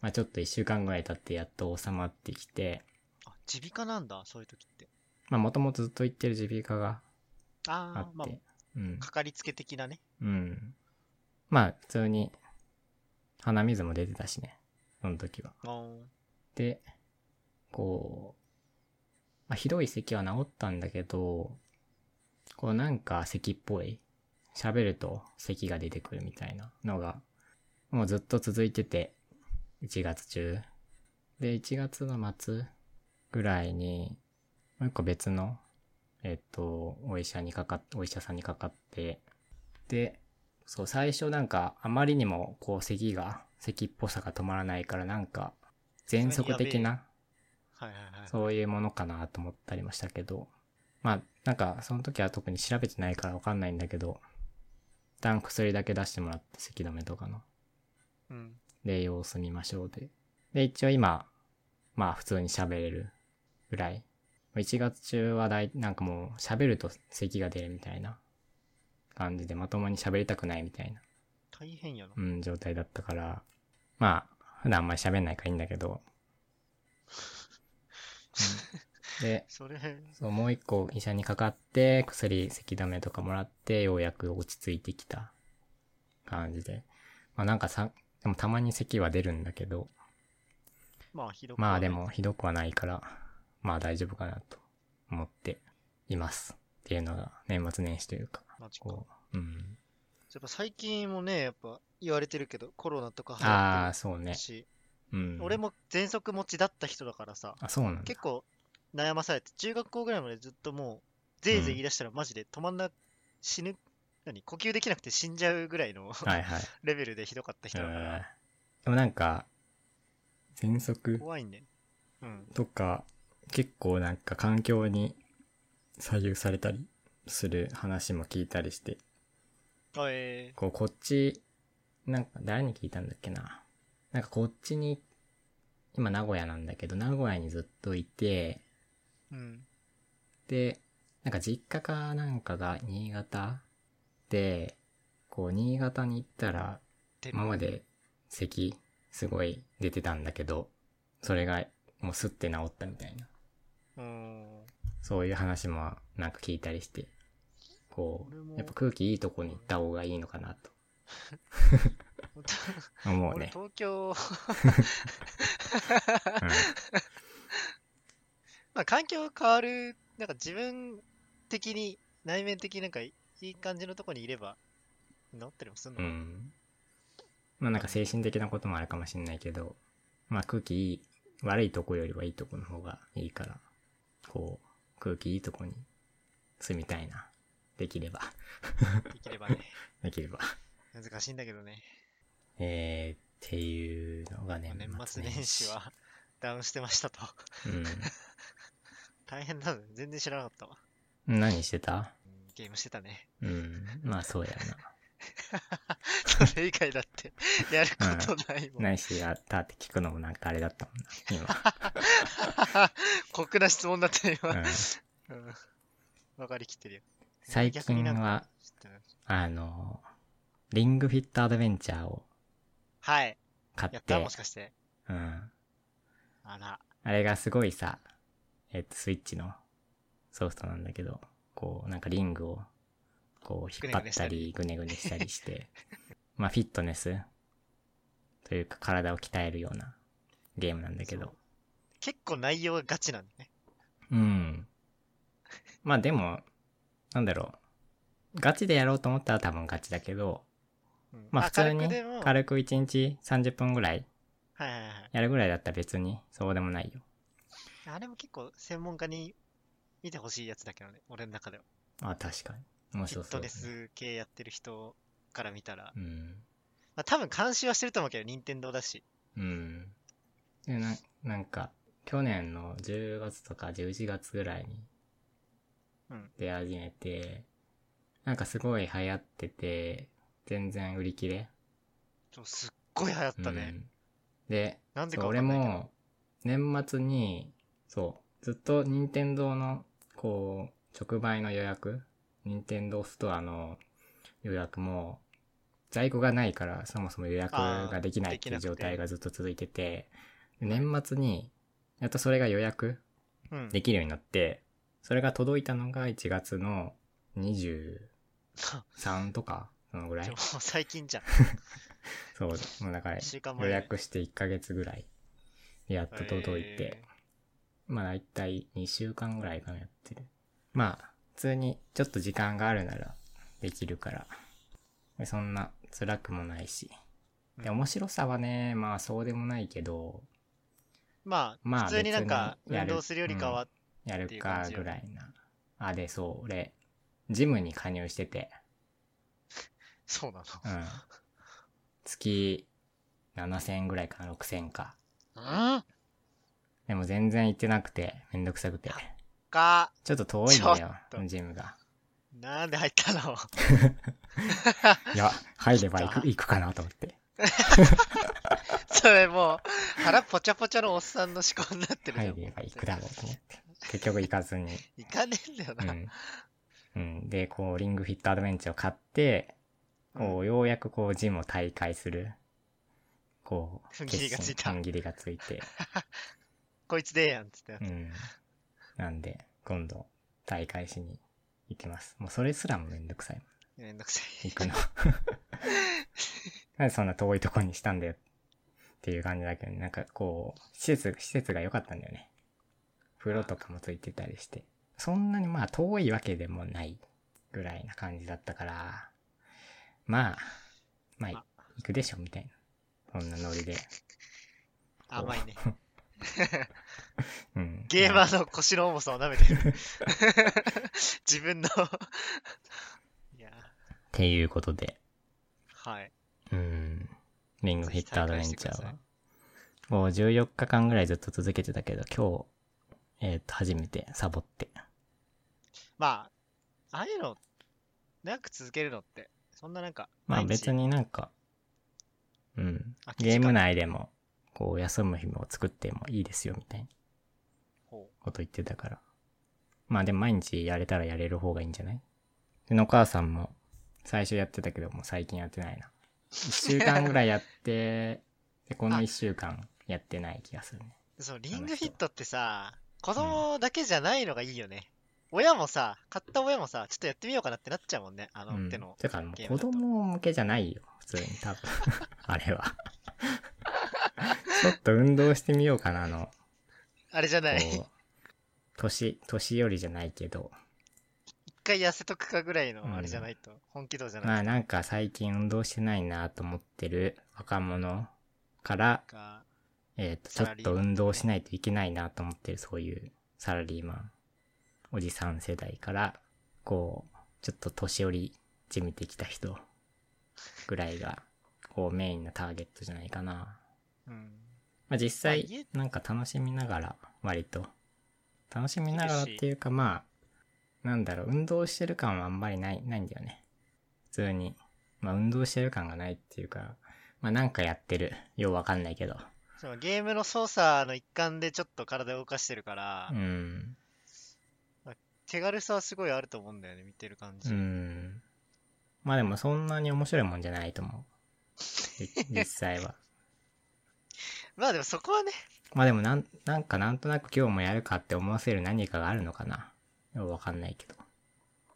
S1: まあちょっと一週間ぐらい経ってやっと収まってきて、
S2: あ、耳鼻科なんだ、そういう時って。
S1: まあもともとずっと行ってる耳鼻科があ
S2: ああ、
S1: っ
S2: ま
S1: て、うん
S2: あ、。かかりつけ的なね。
S1: うん。まあ普通に、鼻水も出てたしね、その時は。
S2: うん。
S1: で、こう、まあ、ひどい咳は治ったんだけど、こうなんか咳っぽい、喋ると咳が出てくるみたいなのが、もうずっと続いてて、1月中。で、1月の末ぐらいに、もう一個別の、えっと、お医者にかかっ、お医者さんにかかって、で、そう、最初なんか、あまりにも、こう、咳が、咳っぽさが止まらないから、なんか、喘息的な、
S2: はいはいはい。
S1: そういうものかなと思ったりもしたけど、まあ、なんか、その時は特に調べてないからわかんないんだけど、一旦薬だけ出してもらって、咳止めとかの。
S2: うん。
S1: で、様子見ましょうで。で、一応今、まあ普通に喋れるぐらい。1月中はだい、なんかもう喋ると咳が出るみたいな感じで、まともに喋りたくないみたいな、
S2: 大変やな
S1: う。ん、状態だったから、まあ、普段あんまり喋んないからいいんだけど。うんで、
S2: [laughs] それ、
S1: そう、もう一個医者にかかって、薬、咳止めとかもらって、ようやく落ち着いてきた感じで。まあなんかさ、でもたまに咳は出るんだけど、
S2: まあ、ひどくは
S1: ま
S2: な
S1: あ
S2: い
S1: でもひどくはないから、まあ大丈夫かなと思っています。っていうのが年末年始というか、
S2: マジか
S1: こう、うん。
S2: やっぱ最近もね、やっぱ言われてるけど、コロナとか
S1: あ
S2: 流行
S1: あ、そう
S2: って
S1: ね
S2: る。し、
S1: うん。
S2: 俺、も喘息持ちだった人だからさ、
S1: あ、そうなんだ。
S2: 結構悩まされて、中学校ぐらいまでずっともう、ぜいぜい言い出したらマジで止まんな、死ぬ、何、呼吸できなくて死んじゃうぐらいの
S1: はいはい。
S2: レベルでひどかった人だか
S1: うん
S2: ら、
S1: でもなんか、喘息
S2: 怖いね。うん。
S1: とか、結構なんか環境に左右されたりする話も聞いたりして、
S2: あえ
S1: こう、こっち、なんか誰に聞いたんだっけな。なんかこっちに、今名古屋なんだけど、名古屋にずっといて、
S2: ー、うん。
S1: で、なんか実家かなんかが新潟で、こう、新潟に行ったら、
S2: で
S1: 今まで咳すごい出てたんだけど、それがもうすって治ったみたいな、
S2: うん。 [laughs]
S1: そういう話もなんか聞いたりして、こ
S2: 俺も
S1: う、やっぱ空気いいとこに行った方がいいのかなと
S2: 本当
S1: 思う
S2: 俺、
S1: ね。
S2: 東京、
S1: うん
S2: まあ、環境変わる、なんか自分的に、内面的になんかいい感じのとこにいれば、治ったりもする
S1: う
S2: のかな、
S1: ん。まあなんか精神的なこともあるかもしれないけど、まあ空気いい、悪いとこよりはいいとこの方がいいから、こう、空気いいとこに住みたいな。できれば、 [laughs]
S2: できればね。
S1: できれば。
S2: 難しいんだけどね。
S1: えー、っていうのが
S2: まあ
S1: ね、
S2: 年末年始。はダウンしてましたと。 [laughs] 大変だね。全然知らなかったわ。
S1: うん。何してた
S2: うんゲームしてたね。 [laughs]
S1: うん。まあそうや
S2: それ以外だって、やることないも
S1: な。
S2: ん。
S1: 何してたって聞くのもなんかあれだったもんな、
S2: 酷な質問だったよ、
S1: 今。う
S2: [laughs] 今
S1: ん。
S2: うん。分かりきってるよ。
S1: 最近
S2: 逆になん
S1: は、
S2: 知ってない
S1: あの、リングフィットアドベンチャーを
S2: はい。
S1: 買
S2: や
S1: っ、
S2: ってたもしかして。
S1: うん。
S2: あら。
S1: あれがすごいさ、えっと、スイッチのソフトなんだけど、こう、なんかリングを、こう、引っ張ったり、ぐねぐねしたりして、 [laughs] まあ、フィットネスというか、体を鍛えるようなゲームなんだけ
S2: そ
S1: ど、
S2: 結構内容がガチなんだね。
S1: うん。まあ、でも、なんだろう。ガチでやろうと思ったら多分ガチだけど、
S2: うん
S1: まあ、普通に
S2: 軽くでも、はい
S1: 軽く1日30分ぐらい
S2: はいはい。
S1: やるぐらいだったら別にそうでもないよ。
S2: あれも結構専門家に見てほしいやつだけどね、俺の中では。
S1: あ、確かに。面
S2: フィ
S1: 白
S2: ッ
S1: そ
S2: ト
S1: うだ
S2: ネ
S1: ね。
S2: ス系やってる人から見たら。
S1: うん。
S2: まあ、多分監視はしてると思うけど、任天堂だし。
S1: うん。で、な、なんか、去年の10月とか11月ぐらいに
S2: うん
S1: 出始めて、なんかすごい流行ってて、全然売り切れ。
S2: そうすっごい流行ったね。
S1: うんで、
S2: なんで
S1: そう
S2: かわ
S1: 俺
S2: かんないけど。
S1: も、年末に、そう、ずっと任天堂の、こう、直売の予約、任天堂ストアの予約も、在庫がないから、そもそも予約ができないっていう
S2: あーできなくて
S1: 状態がずっと続いてて、で年末に、やっとそれが予約
S2: うん、
S1: できるようになって、それが届いたのが1月の23とか、そ
S2: [laughs]
S1: のぐら
S2: で
S1: い
S2: も。もう最近じゃん。
S1: そう、もうだから
S2: 一、週間前
S1: 予
S2: で
S1: 約して1ヶ月ぐらい、やっと届いて、
S2: え
S1: まあ大体2週間ぐらいかなやってる。まあ、普通にちょっと時間があるならできるから。でそんな辛くもないし。で、面白さはね、まあそうでもないけど、
S2: ーまあ、
S1: まあ
S2: 普通になんか
S1: 別にや
S2: 運
S1: る
S2: 動するよりかは、
S1: やる
S2: っていう感
S1: か
S2: じよ
S1: ぐ
S2: ね
S1: らいな。あ、で、そう、俺、ジムに加入してて、
S2: そうなの。
S1: うん。月7000ぐらいかな、6000か。
S2: うん
S1: でも全然行ってなくて、めんどくさくて。
S2: か、
S1: ちょっと遠いんだ
S2: ち
S1: よ
S2: ょっと、
S1: ジムが。
S2: なんで入ったの [laughs]
S1: いや、入れば行
S2: 来た
S1: く、行くかなと思って。
S2: それもう、腹ぽちゃぽちゃのおっさんの思考になってるじ
S1: 入
S2: ゃん。
S1: れば行くだろうと思って。結局行かず
S2: [laughs]
S1: に。
S2: 行かねえんだよ
S1: う
S2: な。
S1: ん。うん。で、こう、リングフィットアドベンチャーを買って、こう、ようやくこう、ジムを大会する。こう、
S2: 踏ん切りがつい
S1: 決
S2: た
S1: 心踏ん切りがついて。
S2: こいつでええやんっつって。
S1: うん。なんで、今度、大会しに行きます。もうそれすらもめんどくさいもん。
S2: めんどくさい。
S1: 行くの。 [laughs] なんでそんな遠いとこにしたんだよっていう感じだけど、なんかこう、施設、施設が良かったんだよね。風呂とかもついてたりして。そんなにまあ遠いわけでもないぐらいな感じだったから、まあ、まあ、行くでしょみたいな。そんなノリで。
S2: 甘いね。
S1: うん。
S2: ゲーマーの腰の重さを舐めてる。 [laughs] 自分の。 [laughs] いや、
S1: っていうことで、
S2: はい。
S1: うん。リングフィットアドベンチ
S2: ぜひ再
S1: ャー
S2: 開してくださ。
S1: はいもう14日間ぐらいずっと続けてたけど、今日、えっ、と、初めてサボって。
S2: まあ、ああいうの、長く続けるのって、そんななんか、
S1: まあ
S2: 毎日
S1: 別になんか、うん
S2: 空。き時
S1: ゲ
S2: 間
S1: ーム内でも、こう、休む日も作ってもいいですよ、みたいな
S2: ほう
S1: こと言ってたから。まあでも毎日やれたらやれる方がいいんじゃないで、お母さんも、最初やってたけど、もう最近やってないな。1週間ぐらいやって、で、この1週間やってない気がするね。
S2: そう、リングフィットってさ、子供だけじゃないのがいいよね。親もさ、買った親もさ、ちょっとやってみようかなってなっちゃうもんね、あ
S1: う
S2: の
S1: ん。
S2: 手の。
S1: てか、も
S2: ゲ
S1: う
S2: ーム
S1: 子
S2: だと
S1: 供向けじゃないよ、普通に、多
S2: [laughs]
S1: 分。あれは。ちょっと運動してみようかなの、
S2: あれじゃない。一
S1: こう、年、年寄りじゃないけど、
S2: 回痩せとくかぐらい
S1: うん
S2: の、あれじゃないと、本気度じゃ
S1: ま
S2: な
S1: あ
S2: い
S1: なんか最近運動してないなと思ってる若者から、
S2: とか。
S1: えっ、と、ち
S2: サ
S1: ょ
S2: ラ
S1: っ
S2: リーマ
S1: と
S2: ン
S1: 運動しないといけないなと思ってるそういうサラリーマン、おじさん世代から、こう、ちょっと年寄りじみてきた人ぐらいが、こうメインのターゲットじゃないかな。
S2: うん。
S1: まあ実
S2: まあ家
S1: 際、なんか楽しみながら、割と。楽しみながらっていうか、まあ、なんだろう、運動してる感はあんまりない、ないんだよね。普通に。まあ運動してる感がないっていうか、まあなんかやってる。ようわかんないけど。
S2: そのゲームの操作の一環でちょっと体を動かしてるから、
S1: うん。
S2: 手軽さはすごいあると思うんだよね、見てる感じ。
S1: うん。まあでもそんなに面白いもんじゃないと思
S2: [laughs]
S1: う。じ実際は。
S2: まあでもそこはね、
S1: まあでもなん、なんかなんとなく今日もやるかって思わせる何かがあるのかな。ようわかんないけど。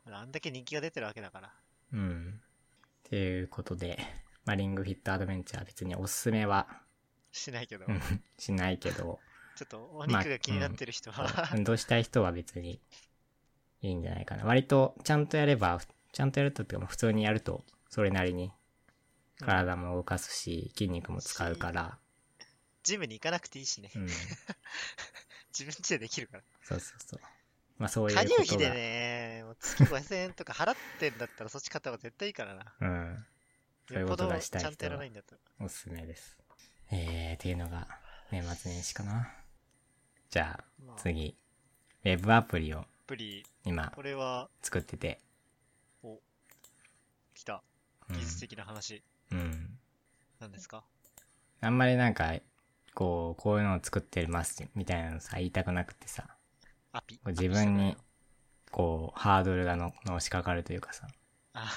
S2: あんだけ人気が出てるわけだから。
S1: うん。っていうことで、まあ、リングフィットアドベンチャー別におすすめは、
S2: しないけど、
S1: う
S2: ち
S1: んしないけ
S2: [laughs]
S1: ど、
S2: ょっとお
S1: まあ
S2: 肉が気になってる人は、
S1: 運動したい人は別にいいんじゃないかな。割とちゃんとやれば、ちゃんとやるとっていうか、普通にやると、それなりに体も動かすし、筋肉も使うから、
S2: [laughs] ジムに行かなくていいしね
S1: う。ん。
S2: 自分ちでできるから。
S1: そうそうそう。まあそういう
S2: 加
S1: こ
S2: 入費
S1: と
S2: で
S1: が、
S2: ね、もう月5000円とか払ってんだったらそっち買った方が絶対いいからな。
S1: うん。 [laughs] そうい
S2: よ
S1: うこ
S2: っぽ
S1: と
S2: ど
S1: がし
S2: ち
S1: たい人は
S2: ゃんとやらないんだと。
S1: おすすめです。えー、っていうのが、年末年始かな。じゃあ、
S2: まあ、ア
S1: 次。ウェブアプリを
S2: プリ、
S1: 今
S2: これは、
S1: 作ってて。
S2: 来た。
S1: うん
S2: 技術的な話
S1: うん。
S2: なんですか、
S1: あんまりなんか、こう、こういうのを作ってますみたいなのさ、言いたくなくてさ、
S2: アピ。
S1: 自分に、こう、ハードルがの、のしかかるというかさ、
S2: あ、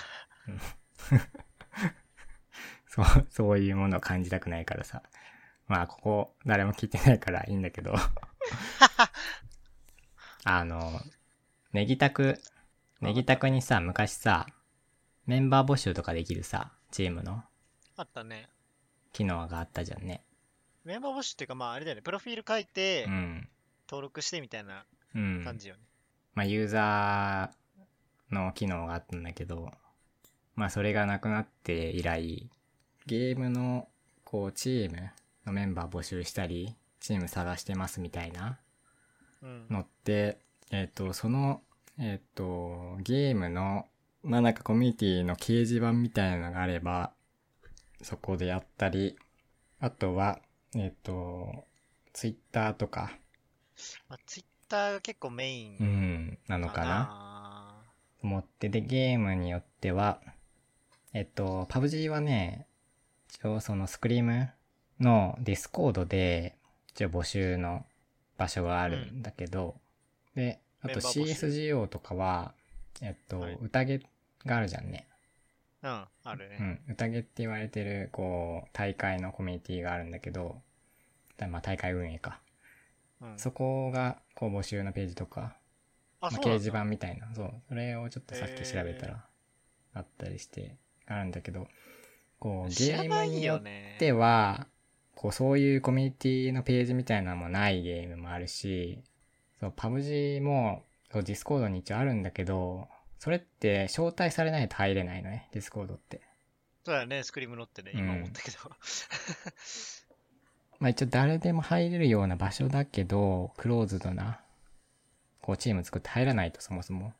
S1: そう、 [laughs] そういうものを感じたくないからさ、まあ、ここ、誰も聞いてないからいいんだけ
S2: [laughs]
S1: ど、あの、ネギタク、ネギタクにさ、昔さ、メンバー募集とかできるさ、チームの
S2: あったね。
S1: 機能があったじゃんね。
S2: メンバー募集っていうか、まああれだよね、プロフィール書いて
S1: う、ん。
S2: 登録してみたいな
S1: うん。
S2: 感じよね。
S1: まあ、ユーザーの機能があったんだけど、まあ、それがなくなって以来、ゲームの、こう、チームのメンバー募集したり、チーム探してますみたいな
S2: うん。
S1: のって、えっ、と、その、えっ、と、ゲームの、まあ、なんかコミュニティの掲示板みたいなのがあれば、そこでやったり、あとは、えっ、と、ツイッターとか、
S2: まあ、ツイッターが結構メイン
S1: う
S2: か
S1: ん、なの
S2: な。
S1: かな。思ってでゲームによってはえっと PUBG はね一応そのスクリームのディスコードで一応募集の場所があるんだけど、であ
S2: メン
S1: と
S2: バー募集
S1: CSGO とかはえっと、
S2: はい
S1: 宴があるじゃんね、
S2: うん、あるね。
S1: うん、宴って言われてるこう大会のコミュニティがあるんだけどだまあ大会運営か、
S2: うん
S1: そこがこう募集のページとか
S2: あ、
S1: まあ、
S2: そう
S1: 掲
S2: なん
S1: 示
S2: だ。
S1: 板みたいなそうそれをちょっとさっき調べた
S2: へ
S1: らあったりしてあるんだけど、こう
S2: 知
S1: ゲ
S2: ら
S1: ー
S2: な
S1: ム
S2: い
S1: に
S2: よ
S1: よっ
S2: ね。
S1: ては、こうそういうコミュニティのページみたいなのもないゲームもあるし、そう、パブ G も、そう、ディスコードに一応あるんだけど、それって招待されないと入れないのね、ディスコードって。
S2: そうだね、スクリーム乗ってね、
S1: うん
S2: 今思ったけど。
S1: まあ一応誰でも入れるような場所だけど、クローズドな、こうチーム作って入らないとそもそも。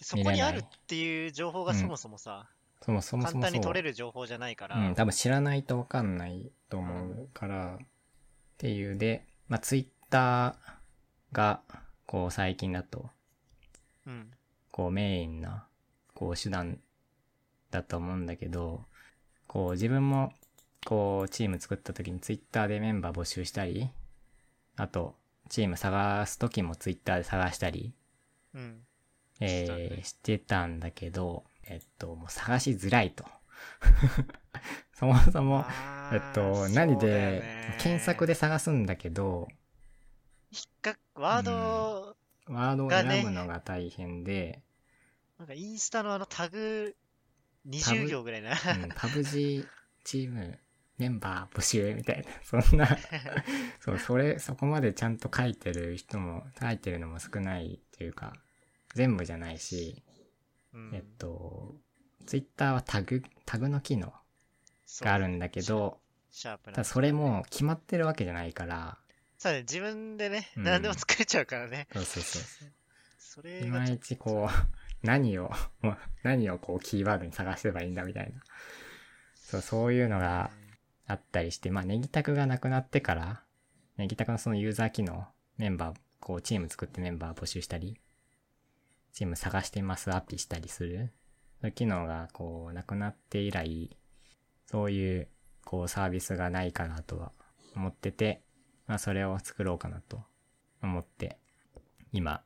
S2: そこにある
S1: 見れ
S2: っ
S1: ない
S2: ていう情報が
S1: うん
S2: そもそもさ、
S1: そもそもそ
S2: 簡
S1: も
S2: 単
S1: そ
S2: に
S1: う
S2: 取れる情報じゃないから、
S1: うん、多分知らないとわかんないと思うから、っていうで、まあツイッターが、こう最近だと、
S2: うん
S1: こうメインな、こう手段だと思うんだけど、こう自分も、こうチーム作った時にツイッターでメンバー募集したり、あと、チーム探す時もツイッターで探したり、
S2: うん。してた
S1: え
S2: ね
S1: ー、してたんだけど、えっと、もう探しづらいと。 [laughs] そもそも、
S2: あ
S1: え
S2: ー
S1: っと、何で、検索。で探すんだけど、
S2: そうだよねがワード、
S1: ワードを選ぶのが大変
S2: [laughs]
S1: で、
S2: なんかインスタのあのタグ
S1: タグ
S2: 20行ぐらいな。
S1: うん、パブ G チームメンバー募集みたいな、 [laughs] そん
S2: [laughs]
S1: な、そう、それ、そこまでちゃんと書いてる人も、書いてるのも少ないっていうか、全部じゃないし、
S2: [laughs] うん
S1: えっと、ツイッターはタグ、タグの機能があるんだけ
S2: そう
S1: ど、
S2: シャープ
S1: た
S2: な
S1: だ。それも決まってるわけじゃないから、
S2: そうだね、自分でね、
S1: うん
S2: 何でも作れちゃうからね。
S1: そうそうそうそう。
S2: それ
S1: い
S2: が
S1: ま
S2: ちょ
S1: い
S2: っ
S1: ちこう、何を、もう何をこうキーワードに探せばいいんだみたいな。そう、そういうの
S2: と
S1: があったりして、まあネギタクがなくなってから、ネギタクのそのユーザー機能、メンバー、こうチーム作ってメンバー募集したり、チーム探してますアピしたりする、そういう機能がこうなくなって以来、そういうこうサービスがないかなとは思ってて、まあそれを作ろうかなと思って、今、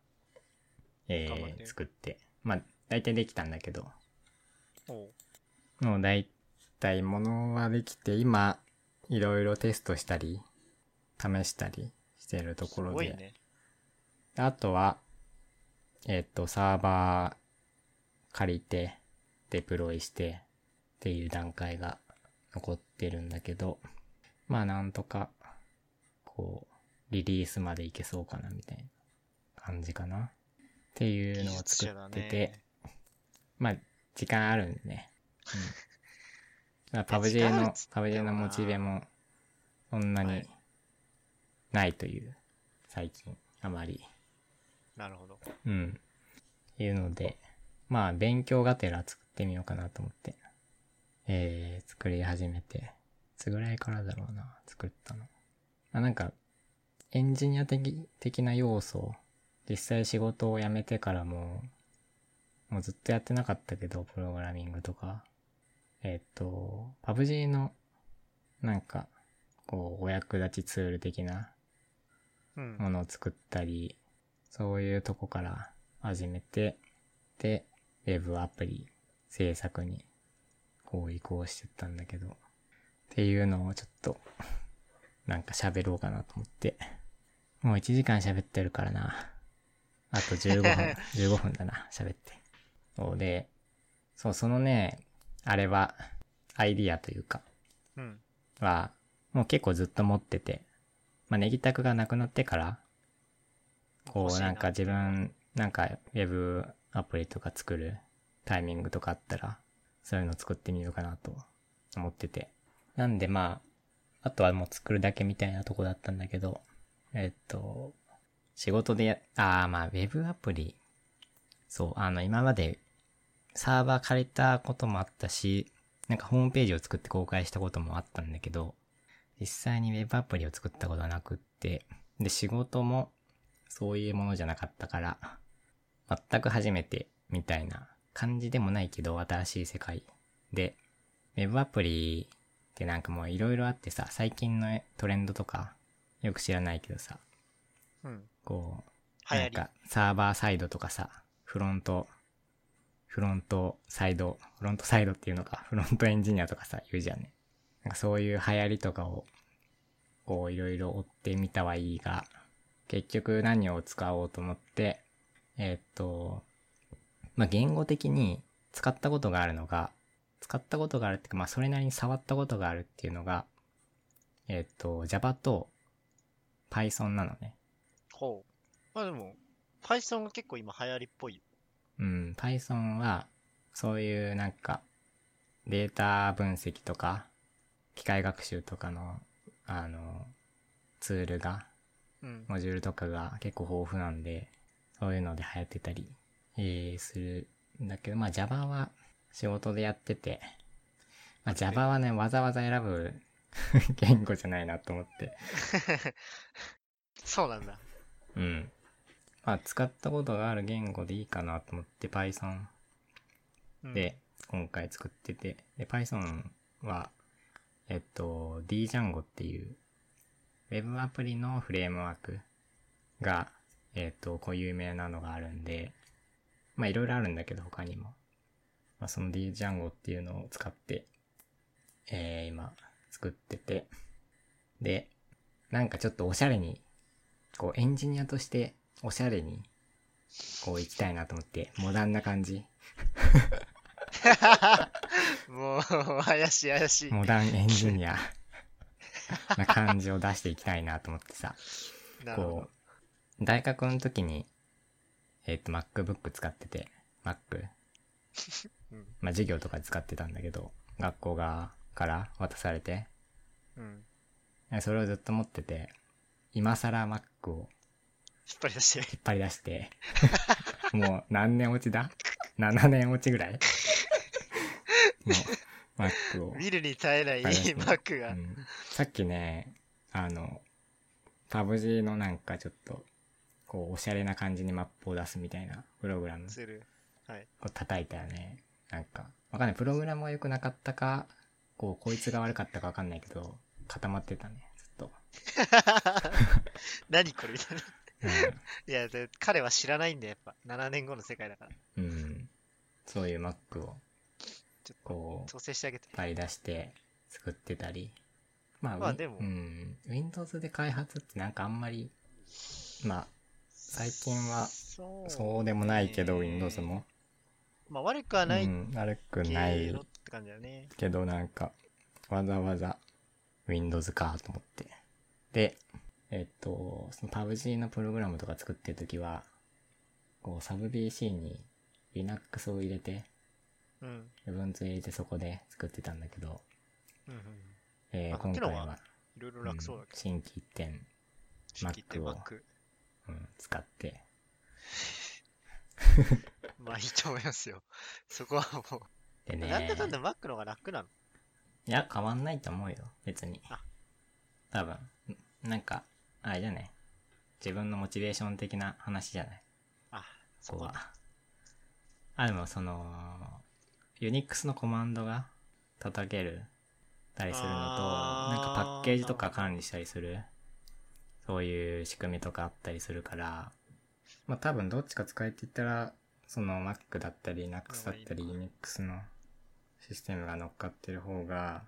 S2: 頑張っ
S1: え
S2: て
S1: ー、作って、まあ大体できたんだけど、
S2: おう
S1: もう大体物はできて、今、いろいろテストしたり、試したりしてるとこ
S2: す
S1: ろ
S2: ご
S1: で。
S2: いね。
S1: あとは、えっ、と、サーバー借りて、デプロイしてっていう段階が残ってるんだけど、まあなんとか、こう、リリースまでいけそうかなみたいな感じかな。っていうのを作ってて、まあ、時間あるんでね。
S2: [laughs]
S1: うん。だからパブ J
S2: 時間ある
S1: の
S2: っつっ、
S1: パブ J のモチベも、そんな
S2: は
S1: に
S2: い、
S1: ないという、最近、あまり。
S2: なるほど。
S1: うん。いうので、まあ、勉強がてら作ってみようかなと思って、えー、作り始めて、いつぐらいからだろうな、作ったの。あなんか、エンジニア的、的な要素、実際仕事を辞めてからも、もうずっとやってなかったけど、プログラミングとか。えーっ、と、パブ G の、なんか、こう、お役立ちツール的な
S2: うん。
S1: ものを作ったり、そういうとこから始めて、で、ウェブアプリ制作に、こう移行してったんだけど、っていうのをちょっと、なんか喋ろうかなと思って。もう1時間喋ってるからな。あと15分、15分
S2: [laughs]
S1: だな、喋って。そうで、そう、そのね、あれは、アイディアというか、
S2: うん。
S1: は、もう結構ずっと持ってて、まあ、ネギタクがなくなってから、こ
S2: 欲し
S1: う、
S2: い
S1: なんか
S2: って
S1: 自分、なんかウェブアプリとか作るタイミングとかあったら、そういうの作ってみようかなと思ってて。なんでまあ、あとはもう作るだけみたいなとこだったんだけど、えっと、仕事でや、ああ、まあ、ウェブアプリ。そう、あの、今までサーバー借りたこともあったし、なんかホームページを作って公開したこともあったんだけど、実際にウェブアプリを作ったことはなくって、で、仕事もそういうものじゃなかったから、全く初めてみたいな感じでもないけど、新しい世界で、ウェブアプリってなんかもういろいろあってさ、最近のトレンドとか、よく知らないけどさ、
S2: うん。
S1: こう、
S2: 流
S1: な
S2: 行
S1: ん
S2: り。
S1: かサーバーサイドとかさ、フロント、フロントサイド、フロントサイドっていうのか、フロントエンジニアとかさ、言うじゃんね。なんかそういう流行りとかを、こういろいろ追ってみたはいいが、結局何を使おうと思って、えーっと、まあ、言語的に使ったことがあるのが、使ったことがあるっていうか、まあ、それなりに触ったことがあるっていうのが、えっ、と、Java と Python なのね。
S2: ほう。まあでも、Python が結構今流行りっぽいよ。
S1: うん、Python は、そういうなんか、データ分析とか、機械学習とかの、あの、ツールが、
S2: うん。
S1: モジュールとかが結構豊富なんで、そういうので流行ってたり、えーするんだけど、まあ Java は仕事でやってて、まあ Java はね、わざわざ選ぶ [laughs] 言語じゃないなと思って。
S2: そうなんだ。
S1: うん。まあ使ったことがある言語でいいかなと思って Python
S2: うん、
S1: で今回作ってて、で Python は、えっと、Django っていう Web アプリのフレームワークが、えっと、こう有名なのがあるんで、まあいろいろあるんだけど他にも。まあその Django っていうのを使って、えー、今作ってて、で、なんかちょっとおしゃれに、こうエンジニアとしておしゃれに、こう行きたいなと思って、モダンな感じ。
S2: もう、怪しい怪しい。
S1: モダンエンジニアな感じを出していきたいなと思ってさ、
S2: [laughs] なるほ
S1: こ
S2: ど。
S1: う、大学の時に、えっ、と、MacBook 使ってて、Mac。
S2: うん
S1: まあ、授業とかで使ってたんだけど、学校側から渡されて、
S2: うん。
S1: それをずっと持ってて、今更 Mac を
S2: 引っ張り出して。
S1: 引っ張り出
S2: [laughs]
S1: して、もう何年落ちだ ?7 年落ちぐ
S2: [laughs]
S1: らいもう Mac を。
S2: 見るに耐えないいい
S1: はいはい
S2: マックが
S1: う。んさっきね、あの、パブ G のなんかちょっと、こう、おしゃれな感じにマップを出すみたいなプログラム [laughs]
S2: する。はい。
S1: を叩いたよね。なんか、わかんない。プログラムが良くなかったか、こう、こいつが悪かったかわかんないけど、固まってたね、ずっと。
S2: 何これみたいな。いや、で彼は知らないんだよ、やっぱ。7年後の世界だから。
S1: うん。うん、そういう Mac を
S2: ちょっ、
S1: こう、
S2: 調整してあげて。
S1: 引っ張り出して作ってたり。まあ、
S2: まあ
S1: ウィン
S2: でも
S1: うん。Windows で開発ってなんかあんまり、まあ、最近は
S2: そう
S1: そうでもないけど、
S2: ね
S1: Windows も。
S2: まあ、悪くはな
S1: う
S2: い
S1: ん、悪く
S2: け
S1: な
S2: ど
S1: い
S2: って感じだよね。
S1: けど、なんか、わざわざ Windows かと思って。で、えっと、その PUBG のプログラムとか作ってるときは、こう、サブ BC に Linux を入れて、
S2: うん。
S1: Ubuntu 入れてそこで作ってたんだけど、
S2: うんうん。
S1: えー
S2: あこ
S1: 今
S2: っちの
S1: 回
S2: 方が
S1: は、
S2: いろいろ
S1: うん
S2: 楽そうだけど。
S1: 新規一点、
S2: 新規行って
S1: Mac を
S2: マック。
S1: うん、使って、
S2: まあいいと思いますよ。そこはも
S1: で
S2: う。
S1: ね。
S2: なんだかんだマックの方が楽なの。
S1: いや、変わんないと思うよ、別に
S2: あ。
S1: 多分。んなんか、あれじゃね。自分のモチベーション的な話じゃない。
S2: あ、そ
S1: そ
S2: こ
S1: こ
S2: は。
S1: は。あ、でもその、ユニックスのコマンドが叩けるたりするのと、なん
S2: あー
S1: かパッケージとか管理したりする、そういう仕組みとかあったりするから、まあ多分どっちか使えって言ったら、その Mac だったり Linux だったり
S2: のがいい
S1: Unix のシステムが乗っかってる方が、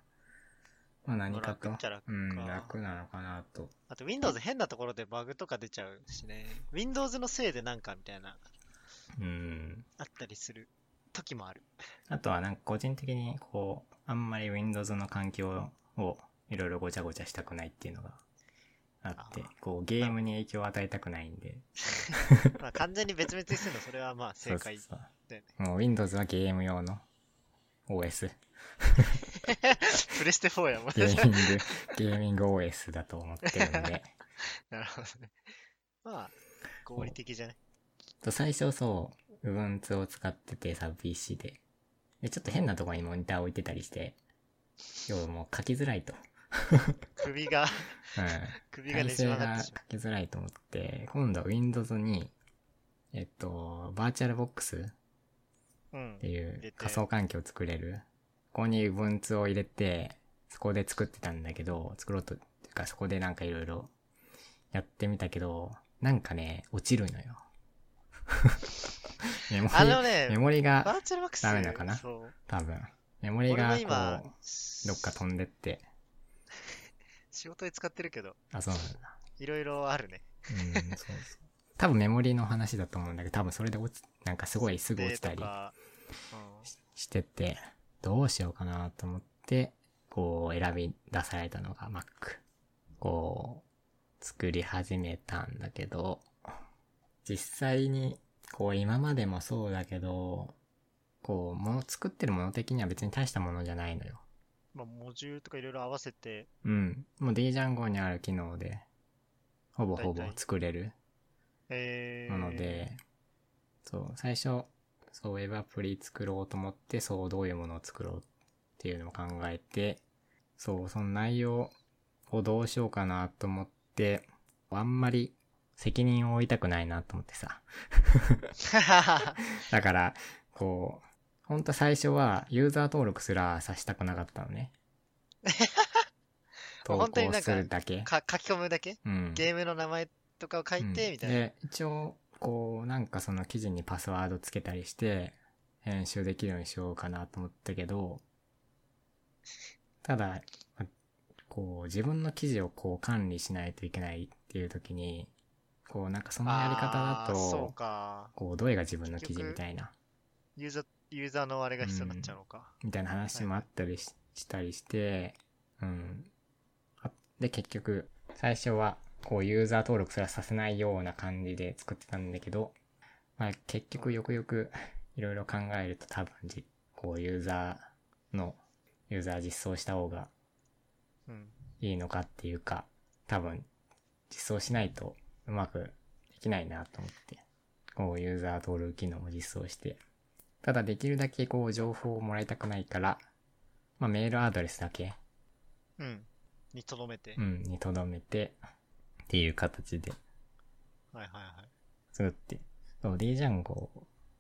S1: まあ何かと
S2: 楽っちゃ楽、か
S1: うん、楽なのかなと。
S2: あと Windows 変なところでバグとか出ちゃうしね。Windows のせいでなんかみたいな、
S1: うん。
S2: あったりする時も
S1: [laughs]
S2: ある。
S1: あとはなんか個人的にこう、あんまり Windows の環境をいろいろごちゃごちゃしたくないっていうのがあって
S2: あ、
S1: こうゲームに影響を与えたくないんで。
S2: まあ完全に別々にするの、それはまあ正解。
S1: そうそう
S2: だよ
S1: そうもう Windows はゲーム用の OS。
S2: [laughs] プレステ4やもん
S1: ゲー
S2: ね。
S1: ミング、ゲーミング OS だと思ってるんで。
S2: [laughs] なるほどね。まあ、合理的じゃね。
S1: と最初そう、Ubuntu を使ってて、サブ PC で。で、ちょっと変なところにモニター置いてたりして、要はもう書きづらいと。[laughs]
S2: 首が、
S1: うん。
S2: 首が
S1: 体
S2: ねじ
S1: 勢
S2: 曲が
S1: が
S2: って
S1: 書
S2: しま
S1: きづらいと思って、今度は Windows に、えっと、バーチャルボックス
S2: う。う
S1: って [laughs]
S2: ん。
S1: いう
S2: て
S1: 仮想環境を作れる。ここに Ubuntu を入れて、そこで作ってたんだけど、作ろうと、っていうかそこでなんかいろいろやってみたけど、なんかね、落ちるのよ。 [laughs] メモ
S2: あの
S1: リ、メ
S2: ね、
S1: モリ
S2: バ
S1: が、
S2: ーチャルボックス
S1: ダメなのかな
S2: そう。
S1: 多分、メモリ
S2: 俺
S1: が
S2: も今
S1: こ、う、どっか飛んでって、
S2: 仕事で使ってるけど、
S1: あ、そうなんだ。
S2: いろいろあるね。
S1: うん、そうそう。多分メモリの話だと思うんだけど、多分それで落ち、なんかすごいすぐ落ちた
S2: で
S1: り
S2: とかうん
S1: してて、どうしようかなと思って、こう選び出されたのが Mac。こう、作り始めたんだけど、実際に、こう今までもそうだけど、こう、もの作ってるもの的には別に大したものじゃないのよ。
S2: まあ、モジュールとかいろいろ合わせて、
S1: うん。もう D ジャンゴにある機能で、ほぼほぼ
S2: 大体
S1: 作れる
S2: えー、
S1: もので、そう、最初、そう、ウェブアプリ作ろうと思って、そう、どういうものを作ろうっていうのを考えて、そう、その内容をどうしようかなと思って、あんまり責任を負いたくないなと思ってさ。だから、こう、ほんと最初はユーザー登録すらさしたくなかったのね。投
S2: [laughs] 本当に
S1: 稿
S2: なんか
S1: するだけ。
S2: [laughs] か書き込むだけ
S1: うん。
S2: ゲームの名前とかを書いて、みたい
S1: うん
S2: な。
S1: で一応こうなんかその記事にパスワードつけたりして編集できるようにしようかなと思ったけどただまこう自分の記事をこう管理しないといけないっていう時にこうなんかそのやり方だ
S2: あーそう
S1: と
S2: か。
S1: こうどれが自分の記事
S2: 結局
S1: みたいな
S2: ユーザー、ユーザーのあれが必要になっちゃうのか。
S1: みたいな話もあったりし,、たりして、うん。あで、結局、最初は、こう、ユーザー登録すらさせないような感じで作ってたんだけど、まあ、結局、よくよく、 [laughs] いろいろ考えると多分じ、こう、ユーザーの、ユーザー実装した方が
S2: うん。
S1: いいのかっていうか、多分、実装しないとうまくできないなと思って、こう、ユーザー登録機能を実装して、ただできるだけこう、情報をもらいたくないから、まあ、メールアドレスだけ、
S2: うん。にとどめて。
S1: うん、に留めて、っていう形で
S2: はいはいはい。
S1: 作って、そう、d ジャンゴ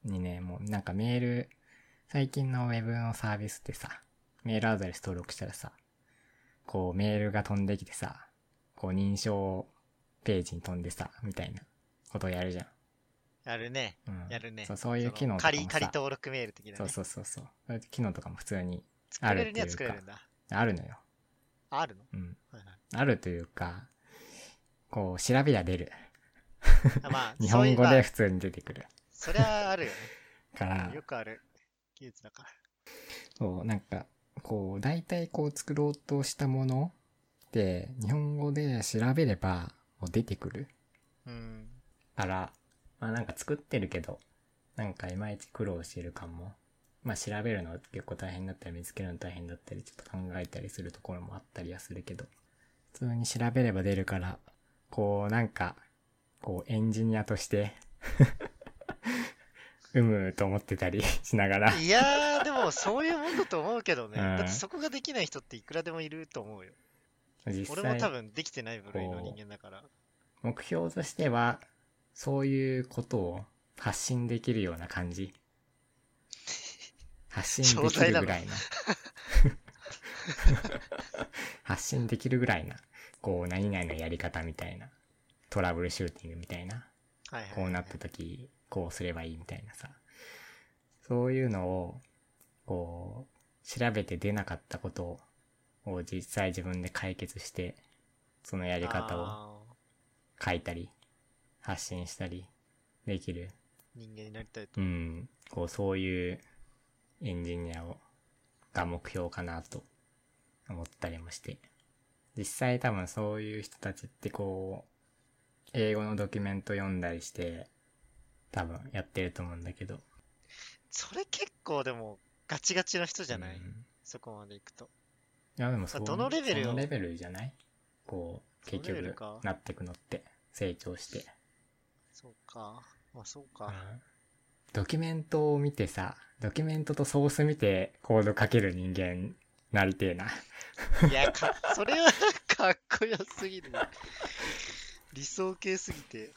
S1: にね、もうなんかメール、最近のウェブのサービスってさ、メールアドレス登録したらさ、こうメールが飛んできてさ、こう認証ページに飛んでさ、みたいなことをやるじゃん。
S2: やるね。
S1: うん、
S2: やるね
S1: そうそういう機能とかも
S2: 仮、
S1: さ
S2: 仮登録メール的なね。
S1: そうそうそうそう。そういう機能とかも普通に
S2: 作れるには
S1: あるって
S2: 作
S1: いうか
S2: れるんだ。
S1: あるのよ。
S2: あるの
S1: うん。
S2: はいはい
S1: あるというか、こう調べりゃ出る。
S2: あまあ
S1: [laughs] 、日本語
S2: そうい
S1: で
S2: うまあ
S1: 普通に出てくる。
S2: そりゃあるよ
S1: [laughs] か
S2: ね。
S1: ら
S2: よ、くある技術だから。
S1: そう、なんか、こう、大体こう作ろうとしたものって、日本語で調べれば、もう出てくる
S2: うん。
S1: から、まあなんか作ってるけど、なんかいまいち苦労してる感も、まあ調べるの結構大変だったり、見つけるの大変だったり、ちょっと考えたりするところもあったりはするけど、普通に調べれば出るから、こうなんか、こうエンジニアとして、 [laughs] うむと思ってたりしながら、
S2: いやー、でもそういうもんだと思うけどね。
S1: うん
S2: だってそこができない人っていくらでもいると思うよ。
S1: 実際
S2: 俺も多分できてない部類の人間だから。
S1: 目標としては、そういうことを発信できるような感じ。発信できるぐらいな。 [laughs] 発信できるぐらいな。こう、何々のやり方みたいな。トラブルシューティングみたいな。
S2: はいはいはい。
S1: こうなった時、こうすればいいみたいなさ。そういうのを、こう、調べて出なかったことを実際自分で解決して、そのやり方を
S2: あー
S1: 書いたり、発信したりできる。
S2: 人間になりたいと。
S1: うん。こう、そういうエンジニアを、が目標かなと思ったりもして。実際多分そういう人たちってこう、英語のドキュメント読んだりして、多分やってると思うんだけど。
S2: それ結構でもガチガチの人じゃない、
S1: うん
S2: そこまでいくと。
S1: いやでもそう
S2: どのレベルを
S1: そのレベルじゃないこう、
S2: その
S1: 結
S2: レベル
S1: 局
S2: か
S1: なってくのって、成長して。
S2: そうか。まあそう
S1: う
S2: か
S1: ん。ドキュメントを見てさ、ドキュメントとソース見てコード書ける人間なりてえな。
S2: いや、か [laughs] それはかっこよすぎる。理想系すぎて。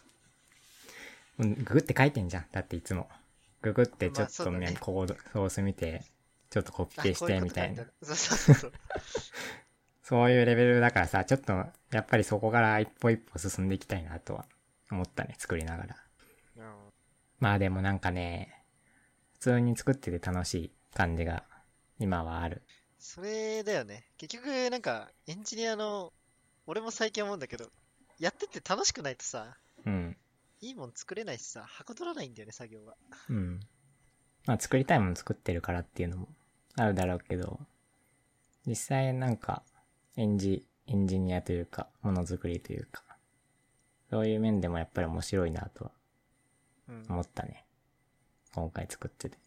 S1: うんググって書いてんじゃん。だっていつも。ググってちょっ
S2: まあそ
S1: と
S2: うだ
S1: ね、
S2: ね
S1: コード、ソース見て、ちょっとコピ
S2: あ
S1: ペし
S2: こうい
S1: て
S2: うこ
S1: み
S2: と書
S1: たい
S2: て
S1: な
S2: あ。るそうそうそう
S1: そういうレベルだからさ、ちょっとやっぱりそこから一歩一歩進んでいきたいなとは思ったね、作りながら。
S2: そう。うん
S1: まあでもなんかね、普通に作ってて楽しい感じが今はある。
S2: それだよね。結局、なんか、エンジニアの、俺も最近思うんだけど、やってて楽しくないとさ、
S1: うん。
S2: いいもん作れないしさ、はかどらないんだよね、作業が。
S1: うん。まあ作りたいもの作ってるからっていうのもあるだろうけど、実際なんか、エンジ、エンジニアというか、ものづくりというか、そういう面でもやっぱり面白いなとは
S2: うん。
S1: 思ったね。今回作ってて。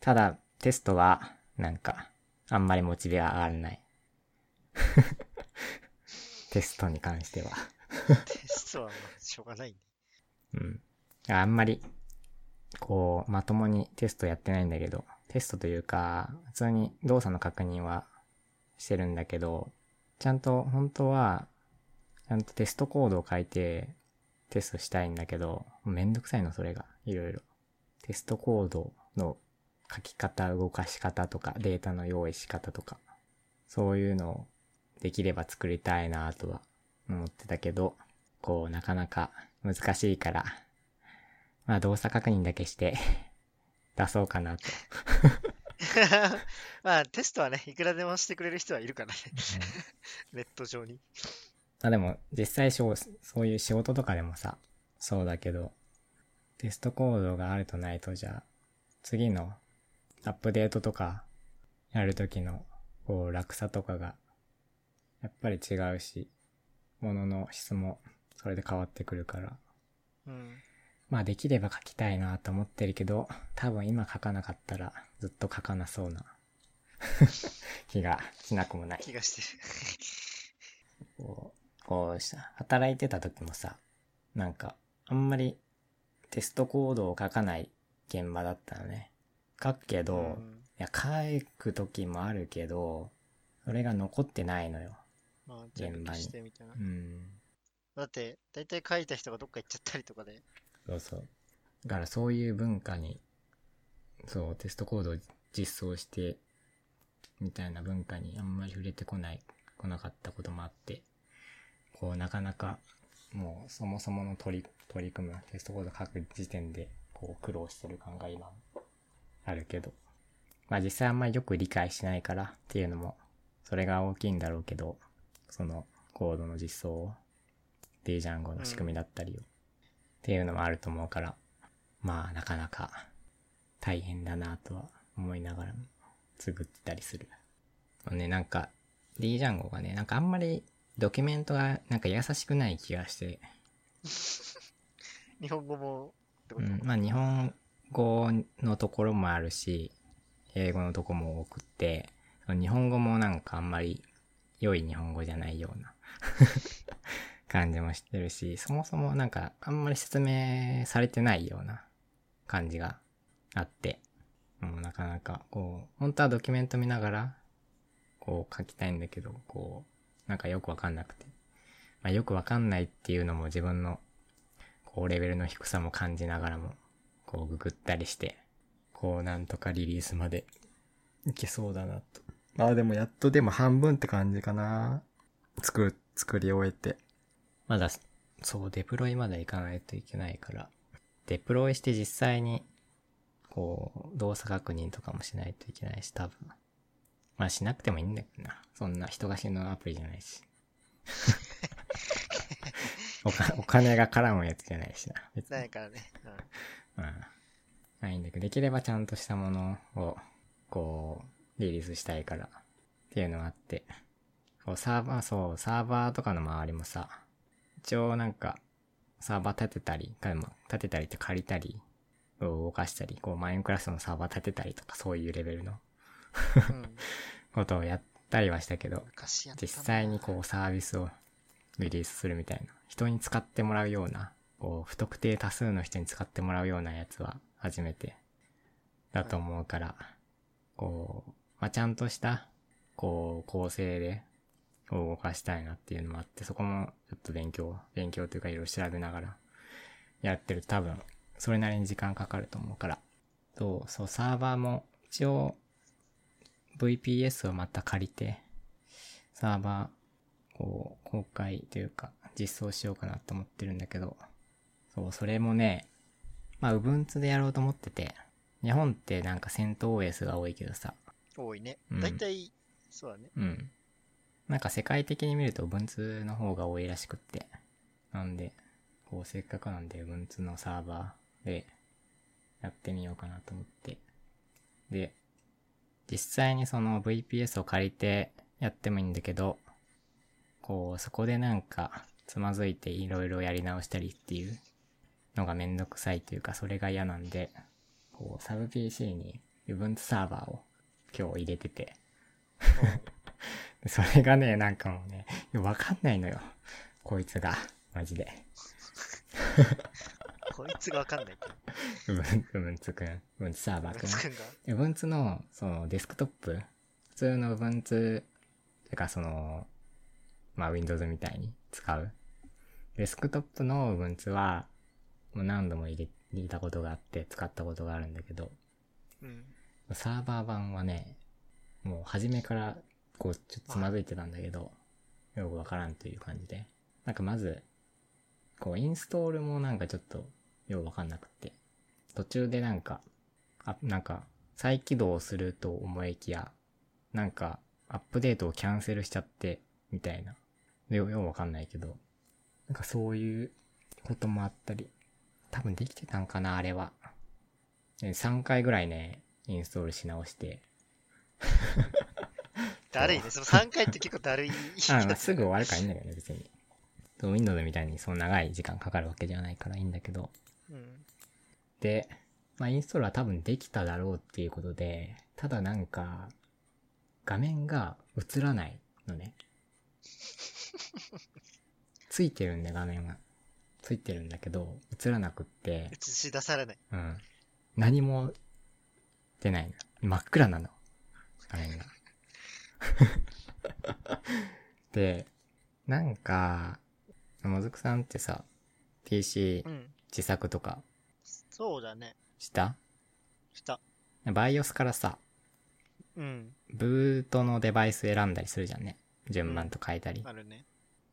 S1: ただ、テストは、なんか、あんまりモチベは上がらない。 [laughs] テストに関しては。
S2: テストはまあしょうがないね。 [laughs]
S1: うん。あんまり、こう、まともにテストやってないんだけど、テストというか、普通に動作の確認はしてるんだけど、ちゃんと、本当は、ちゃんとテストコードを書いて、テストしたいんだけど、めんどくさいの、それが。いろいろ。テストコードの書き方、動かし方とか、データの用意し方とか、そういうのをできれば作りたいなとは思ってたけど、こう、なかなか難しいから、まあ動作確認だけして [laughs] 出そうかなと。
S2: まあテストはね、いくらでもしてくれる人はい
S1: [laughs]
S2: るからね、ネット上に。
S1: まあでも、実際そう、そういう仕事とかでもさ、そうだけど、テストコードがあるとないとじゃあ、次のアップデートとか、やるときの、こう、落差とかが、やっぱり違うし、ものの質も、それで変わってくるから、
S2: うん。
S1: まあできれば書きたいなと思ってるけど、多分今書かなかったらずっと書かなそうな [laughs] 気がしなくもない。
S2: 気がしてる。
S1: こう、こうした、働いてた時もさ、なんか、あんまりテストコードを書かない現場だったのね。書くけど、
S2: うん
S1: いや、書く時もあるけど、それが残ってないのよ。
S2: まあ、じゃあ
S1: 現場に
S2: してみたいな
S1: う。ん。
S2: だって、大体書いた人がどっか行っちゃったりとかで。
S1: そうそう。だからそういう文化に、そう、テストコードを実装して、みたいな文化にあんまり触れてこない、来なかったこともあって、こう、なかなか、もう、そもそもの取り、取り組む、テストコード書く時点で、こう、苦労してる感が今、あるけど。まあ実際あんまりよく理解しないからっていうのも、それが大きいんだろうけど、そのコードの実装を、デージャンゴの仕組みだったりを、っていうのもあると思うから、まあなかなか大変だなとは思いながら、つぐってたりする。ね、なんか、D ジャンゴがね、なんかあんまりドキュメントがなんか優しくない気がして、
S2: 日本語もってこ
S1: う
S2: と、
S1: ん、まあ日本語のところもあるし英語のとこも多くて日本語もなんかあんまり良い日本語じゃないような [laughs] 感じもしてるしそもそもなんかあんまり説明されてないような感じがあってもうなかなかこう本当はドキュメント見ながらこう書きたいんだけどこうなんかよくわかんなくて、まあ、よくわかんないっていうのも自分のこうレベルの低さも感じながらも、こうググったりして、こうなんとかリリースまでいけそうだなと。まあでもやっとでも半分って感じかな。作、作り終えて。まだ、そう、デプロイまだ行かないといけないから、デプロイして実際に、こう、動作確認とかもしないといけないし、多分。まあしなくてもいいんだけどな。そんな人が死ぬアプリじゃない [laughs] し。おかお金が絡むやつじゃないしな。別に
S2: ないからね。うん
S1: うん。ないんだけど、できればちゃんとしたものを、こう、リリースしたいから、っていうのがあって。こう、サーバー、そう、サーバーとかの周りもさ、一応なんか、サーバー立てたり、かまあ立てたりって借りたり、動かしたり、こう、マインクラフトのサーバー立てたりとか、そういうレベルの [laughs]
S2: うん。
S1: ことをやったりはしたけど、
S2: 昔やった
S1: 実
S2: な
S1: 際にこうサービスをリリースするみたいな人に使ってもらうようなこう不特定多数の人に使ってもらうようなやつは初めてだと思うからこう、まあ、ちゃんとしたこう構成で動かしたいなっていうのもあってそこもちょっと勉強勉強というかいろいろ調べながらやってると多分それなりに時間かかると思うからそうそうサーバーも一応 VPS をまた借りてサーバー、こう、公開というか、実装しようかなと思ってるんだけど、そう、それもね、まあ、Ubuntu でやろうと思ってて、日本ってなんか戦闘 OS が多いけどさ、
S2: 多いね
S1: うん。
S2: 大体、そうだね。
S1: うん。なんか世界的に見ると Ubuntu の方が多いらしくって、なんで、こう、せっかくなんで Ubuntu のサーバーでやってみようかなと思って、で、実際にその VPS を借りてやってもいいんだけど、こう、そこでなんか、つまずいていろいろやり直したりっていうのがめんどくさいというか、それが嫌なんで、こう、サブ PC に Ubuntu サーバーを今日入れてて、で [laughs] それがね、なんかもうね、いやわかんないのよ。こいつが、マジで。
S2: こいつがわか
S1: [laughs]
S2: んないって。
S1: Ubuntu くん、Ubuntu サーバーくん
S2: 松。くんが。
S1: Ubuntu の、その、デスクトップ、普通の Ubuntu、てかその、まあ、Windows みたいに使う。デスクトップの Ubuntu は、もう何度も入れ、入れたことがあって、使ったことがあるんだけど、
S2: うん。
S1: サーバー版はね、もう初めから、こう、ちょっとつまずいてたんだけど、よくわからんという感じで。なんかまず、こう、インストールもなんかちょっと、ようわかんなくって。途中でなんか、あ、なんか、再起動すると思いきや、なんか、アップデートをキャンセルしちゃって、みたいな。よようわかんないけど、なんかそういうこともあったり、多分できてたんかな、あれは。ね3回ぐらいね、インストールし直して、
S2: だるいね。その3回って結構だるい。
S1: [laughs] あ
S2: [laughs]
S1: まあすぐ終わるからいいんだけどね、別に。そう Windows みたいにその長い時間かかるわけじゃないからいいんだけど。
S2: うん。
S1: で、まあ、インストールは多分できただろうっていうことで、ただなんか、画面が映らないのね。ついてるんで画面は。ついてるんだけど、映らなくって、
S2: 映し出されない。
S1: うん。何も出ないの。真っ暗なの。画面が。 [laughs] で、なんか、もずくさんってさ、PC
S2: うん。
S1: 自作とか
S2: そうだね。
S1: した
S2: した。
S1: バイオスからさ、
S2: うん。
S1: ブートのデバイス選んだりするじゃんね。順番と変えたり。
S2: あるね。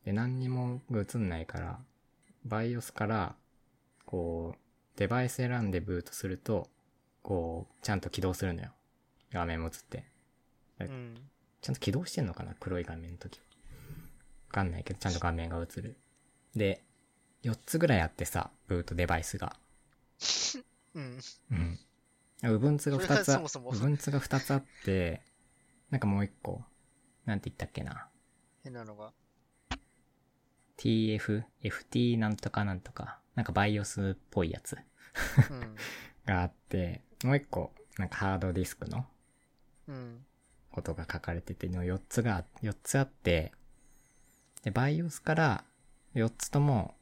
S1: で、何にも映んないから、バイオスから、こう、デバイス選んでブートすると、こう、ちゃんと起動するのよ。画面も映って。え
S2: うん。
S1: ちゃんと起動してんのかな黒い画面の時は。わかんないけど、ちゃんと画面が映る。で、4つぐらいあってさ、ブートデバイスが。
S2: うん。
S1: うん。うぶんつが2つあ、
S2: それはそもそも
S1: うぶんつが2つあって、なんかもう1個、なんて言ったっけな。
S2: 変なの
S1: [laughs]
S2: が。
S1: TF、FT なんとかなんとか、なんかバイオスっぽいやつ
S2: うん。
S1: があって、もう1個、なんかハードディスクの
S2: うん。
S1: ことが書かれてて、の4つが、4つあって、で、バイオスから4つとも、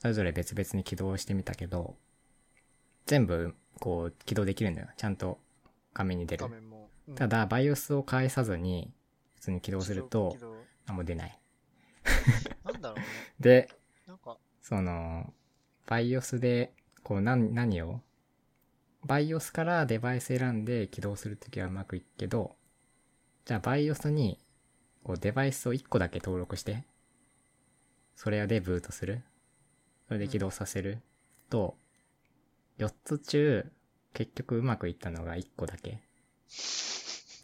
S1: それぞれ別々に起動してみたけど、全部、こう、起動できるんだよ。ちゃんと画面に出る
S2: 画。面も。うん
S1: た、だ、バイオスを返さずに、普通に起動すると
S2: 起、動起
S1: あ、もう出ない。
S2: 動なんだろうね。
S1: で、
S2: なんか、
S1: その、バイオスで、こう、何、何をバイオスからデバイス選んで起動するときはうまくいくけど、じゃあバイオスに、こう、デバイスを1個だけ登録して、それでブートする。それで起動させる。と、4つ中、結局うまくいったのが1個だけ。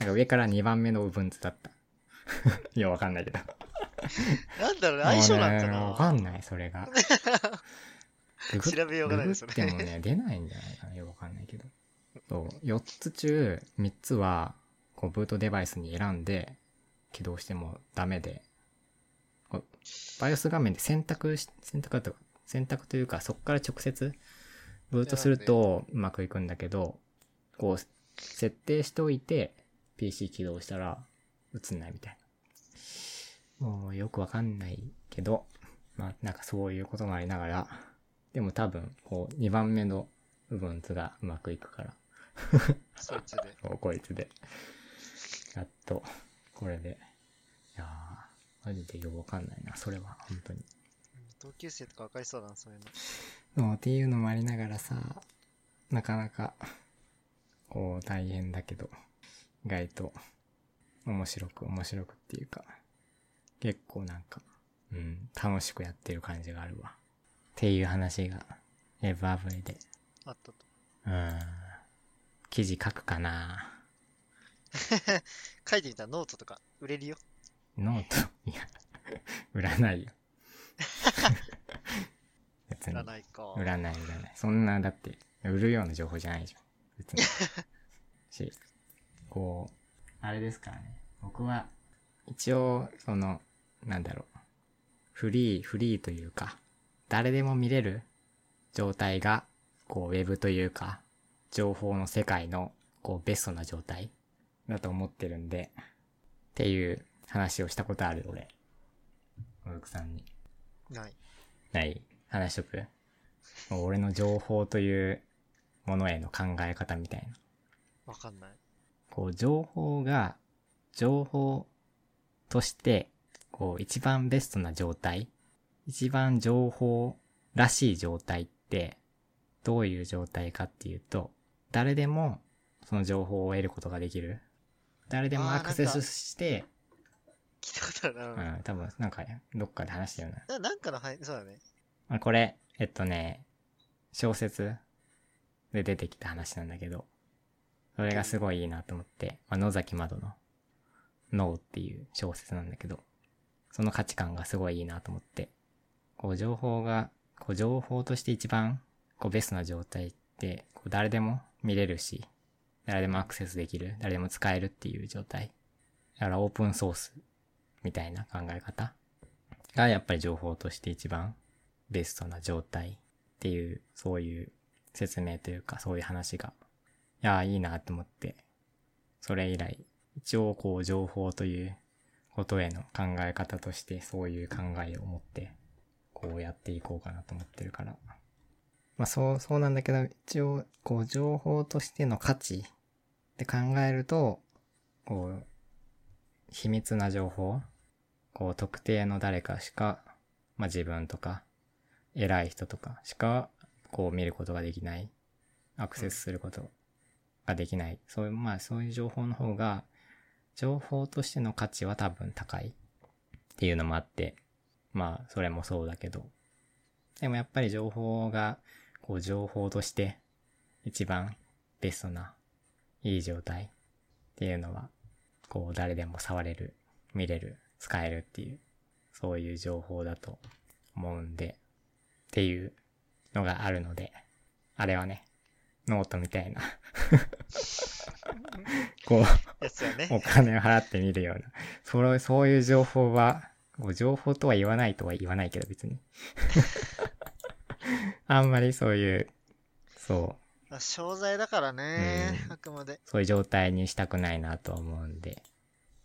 S1: なんか上から2番目の Ubuntu だった。 [laughs] いや、わかんないけど。
S2: なんだろうね。相性なんか
S1: もうねわか
S2: な。
S1: んない、それ
S2: [laughs]
S1: が。ググっ
S2: 調べようがないねそれ
S1: ググってもね、出ないんじゃないかな。よくわかんないけど。そう、4つ中3つは、こう、ブートデバイスに選んで、起動してもダメで、こうバイオス画面で選択し、選択だとか、選択というか、そこから直接、ブートするとうまくいくんだけど、こう、設定しておいて、PC 起動したら、映んないみたいな。もうよくわかんないけど、まあなんかそういうこともありながら、でも多分、こう、2番目の部分つがうまくいくから、
S2: そいつで。
S1: そうこいつで。やっと、これで。いやー、マジでよくわかんないな、それは、本当に。
S2: 同級生とか分かりそうだな、そういうの。
S1: そうっていうのもありながらさ、なかなか、こう大変だけど、意外と面白く面白くっていうか、結構なんか、うん、楽しくやってる感じがあるわ。っていう話が、エブアブリで。
S2: あったと。
S1: うん。記事書くかな
S2: 書いてみたらノートとか売れるよ。
S1: ノート、いや、 [laughs] 売らないよ。別
S2: 売
S1: に
S2: ら。ないか。
S1: 売らない売らないそんなだって売るような情報じゃないじゃん別にしこう、あれですからね。僕は、一応、その、なんだろう。フリー、フリーというか、誰でも見れる状態が、こう、ウェブというか、情報の世界の、こう、ベストな状態だと思ってるんで、っていう話をしたことある、俺。小くさんに。
S2: ない。
S1: ない話しとくもう俺の情報というものへの考え方みたいな。
S2: わかんない。
S1: こう、情報が、情報として、こう、一番ベストな状態、一番情報らしい状態って、どういう状態かっていうと、誰でもその情報を得ることができる。誰でもアクセスして、
S2: 聞いたことあるな。
S1: う
S2: うん
S1: ん、多分なんか、どっかで話してるな。
S2: ななんかの配、そ
S1: [laughs]
S2: うだね。
S1: まあこれ、えっとね、小説で出てきた話なんだけど、それがすごいいいなと思って、まあ、野崎窓の脳っていう小説なんだけど、その価値観がすごいいいなと思って、こう情報が、こう情報として一番こうベストな状態って、こう誰でも見れるし、誰でもアクセスできる、誰でも使えるっていう状態。だからオープンソースみたいな考え方がやっぱり情報として一番ベストな状態っていう、そういう説明というか、そういう話が、いやー、いいなと思って、それ以来、一応こう、情報ということへの考え方として、そういう考えを持って、こうやっていこうかなと思ってるから。まあ、そう、そうなんだけど、一応、こう、情報としての価値って考えると、こう、秘密な情報、こう、特定の誰かしか、まあ、自分とか、偉い人とかしかこう見ることができないアクセスすることができないそういうまあそういう情報の方が情報としての価値は多分高いっていうのもあってまあそれもそうだけどでもやっぱり情報がこう情報として一番ベストないい状態っていうのはこう誰でも触れる見れる使えるっていうそういう情報だと思うんでっていうのがあるので、あれはね、ノートみたいな、 [laughs] こう、
S2: やつはね。
S1: お金を払ってみるような、それそういう情報は、こう情報とは言わないとは言わないけど別に。 [laughs] あんまりそういう、そう、
S2: まあ、商材だからね、
S1: うん
S2: あくまで。
S1: そういう状態にしたくないなと思うんで、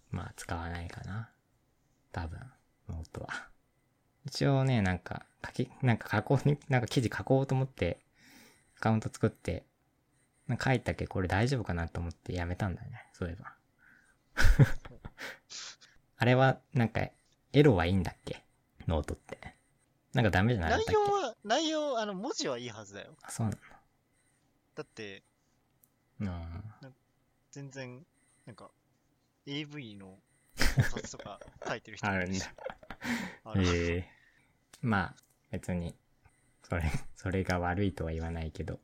S1: まあ使わないかな。多分、ノートは。一応ね、なんか、書き、なんか加工に、なんか記事書こうと思って、アカウント作って、なんか書いたけどこれ大丈夫かなと思ってやめたんだね、そういえば。 [laughs] あれは、なんか、エロはいいんだっけノートって。なんかダメじゃなかっ
S2: 内
S1: たっけ
S2: 容は、内容、あの、文字はいいはずだよ。
S1: あ、そう
S2: だって、
S1: なのうん。
S2: 全然、なんか、AV
S1: [laughs]
S2: の考察とか書いてる人もいし。ある
S1: ええまあ、別に、それ、 [laughs] それが悪いとは言わないけど、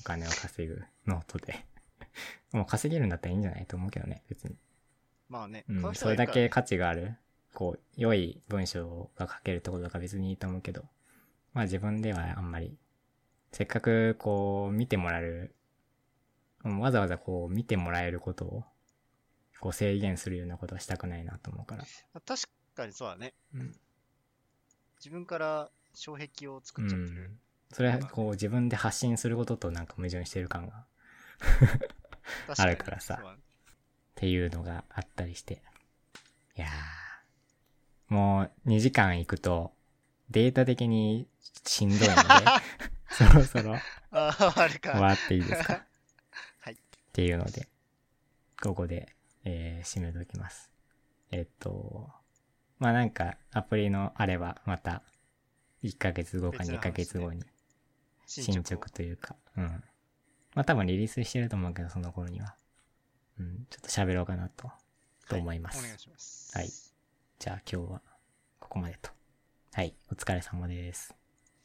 S1: お金を稼ぐノートで。 [laughs] もう稼げるんだったらいいんじゃないと思うけどね、別に。
S2: まあね、
S1: う、
S2: 買うん人
S1: そ
S2: が
S1: れ
S2: いる
S1: だ
S2: から
S1: け価値がある、こう、良い文章が書けるってことが別にいいと思うけど、まあ自分ではあんまり、せっかくこう、見てもらえる、うんわざわざこう、見てもらえることを、こう制限するようなことはしたくないなと思うから。
S2: まあ確かにそうだね。
S1: うん
S2: 自分から障壁を作っちゃってる。
S1: うん、それはこう自分で発信することとなんか矛盾してる感がっ
S2: 確に
S1: あるからさ
S2: そうだね
S1: ていうのがあったりしていやーもう2時間いくとデータ的にしん
S2: [laughs]
S1: どいのでそろそろ
S2: ああ、あれ
S1: 終
S2: か。
S1: わっていいですか
S2: [laughs] はい
S1: っていうのでここで、えー締めときますえっとまあなんかアプリのあればまた1ヶ月後か
S2: 別の
S1: 2
S2: 話
S1: ヶ
S2: ね
S1: 月後に進
S2: 進捗
S1: 捗というか、うん。まあ多分リリースしてると思うけど、その頃には。うん、ちょっと喋ろうかなと、と思います。
S2: お願いします。
S1: はいじゃあ今日はここまでと。はい、お疲れ様です。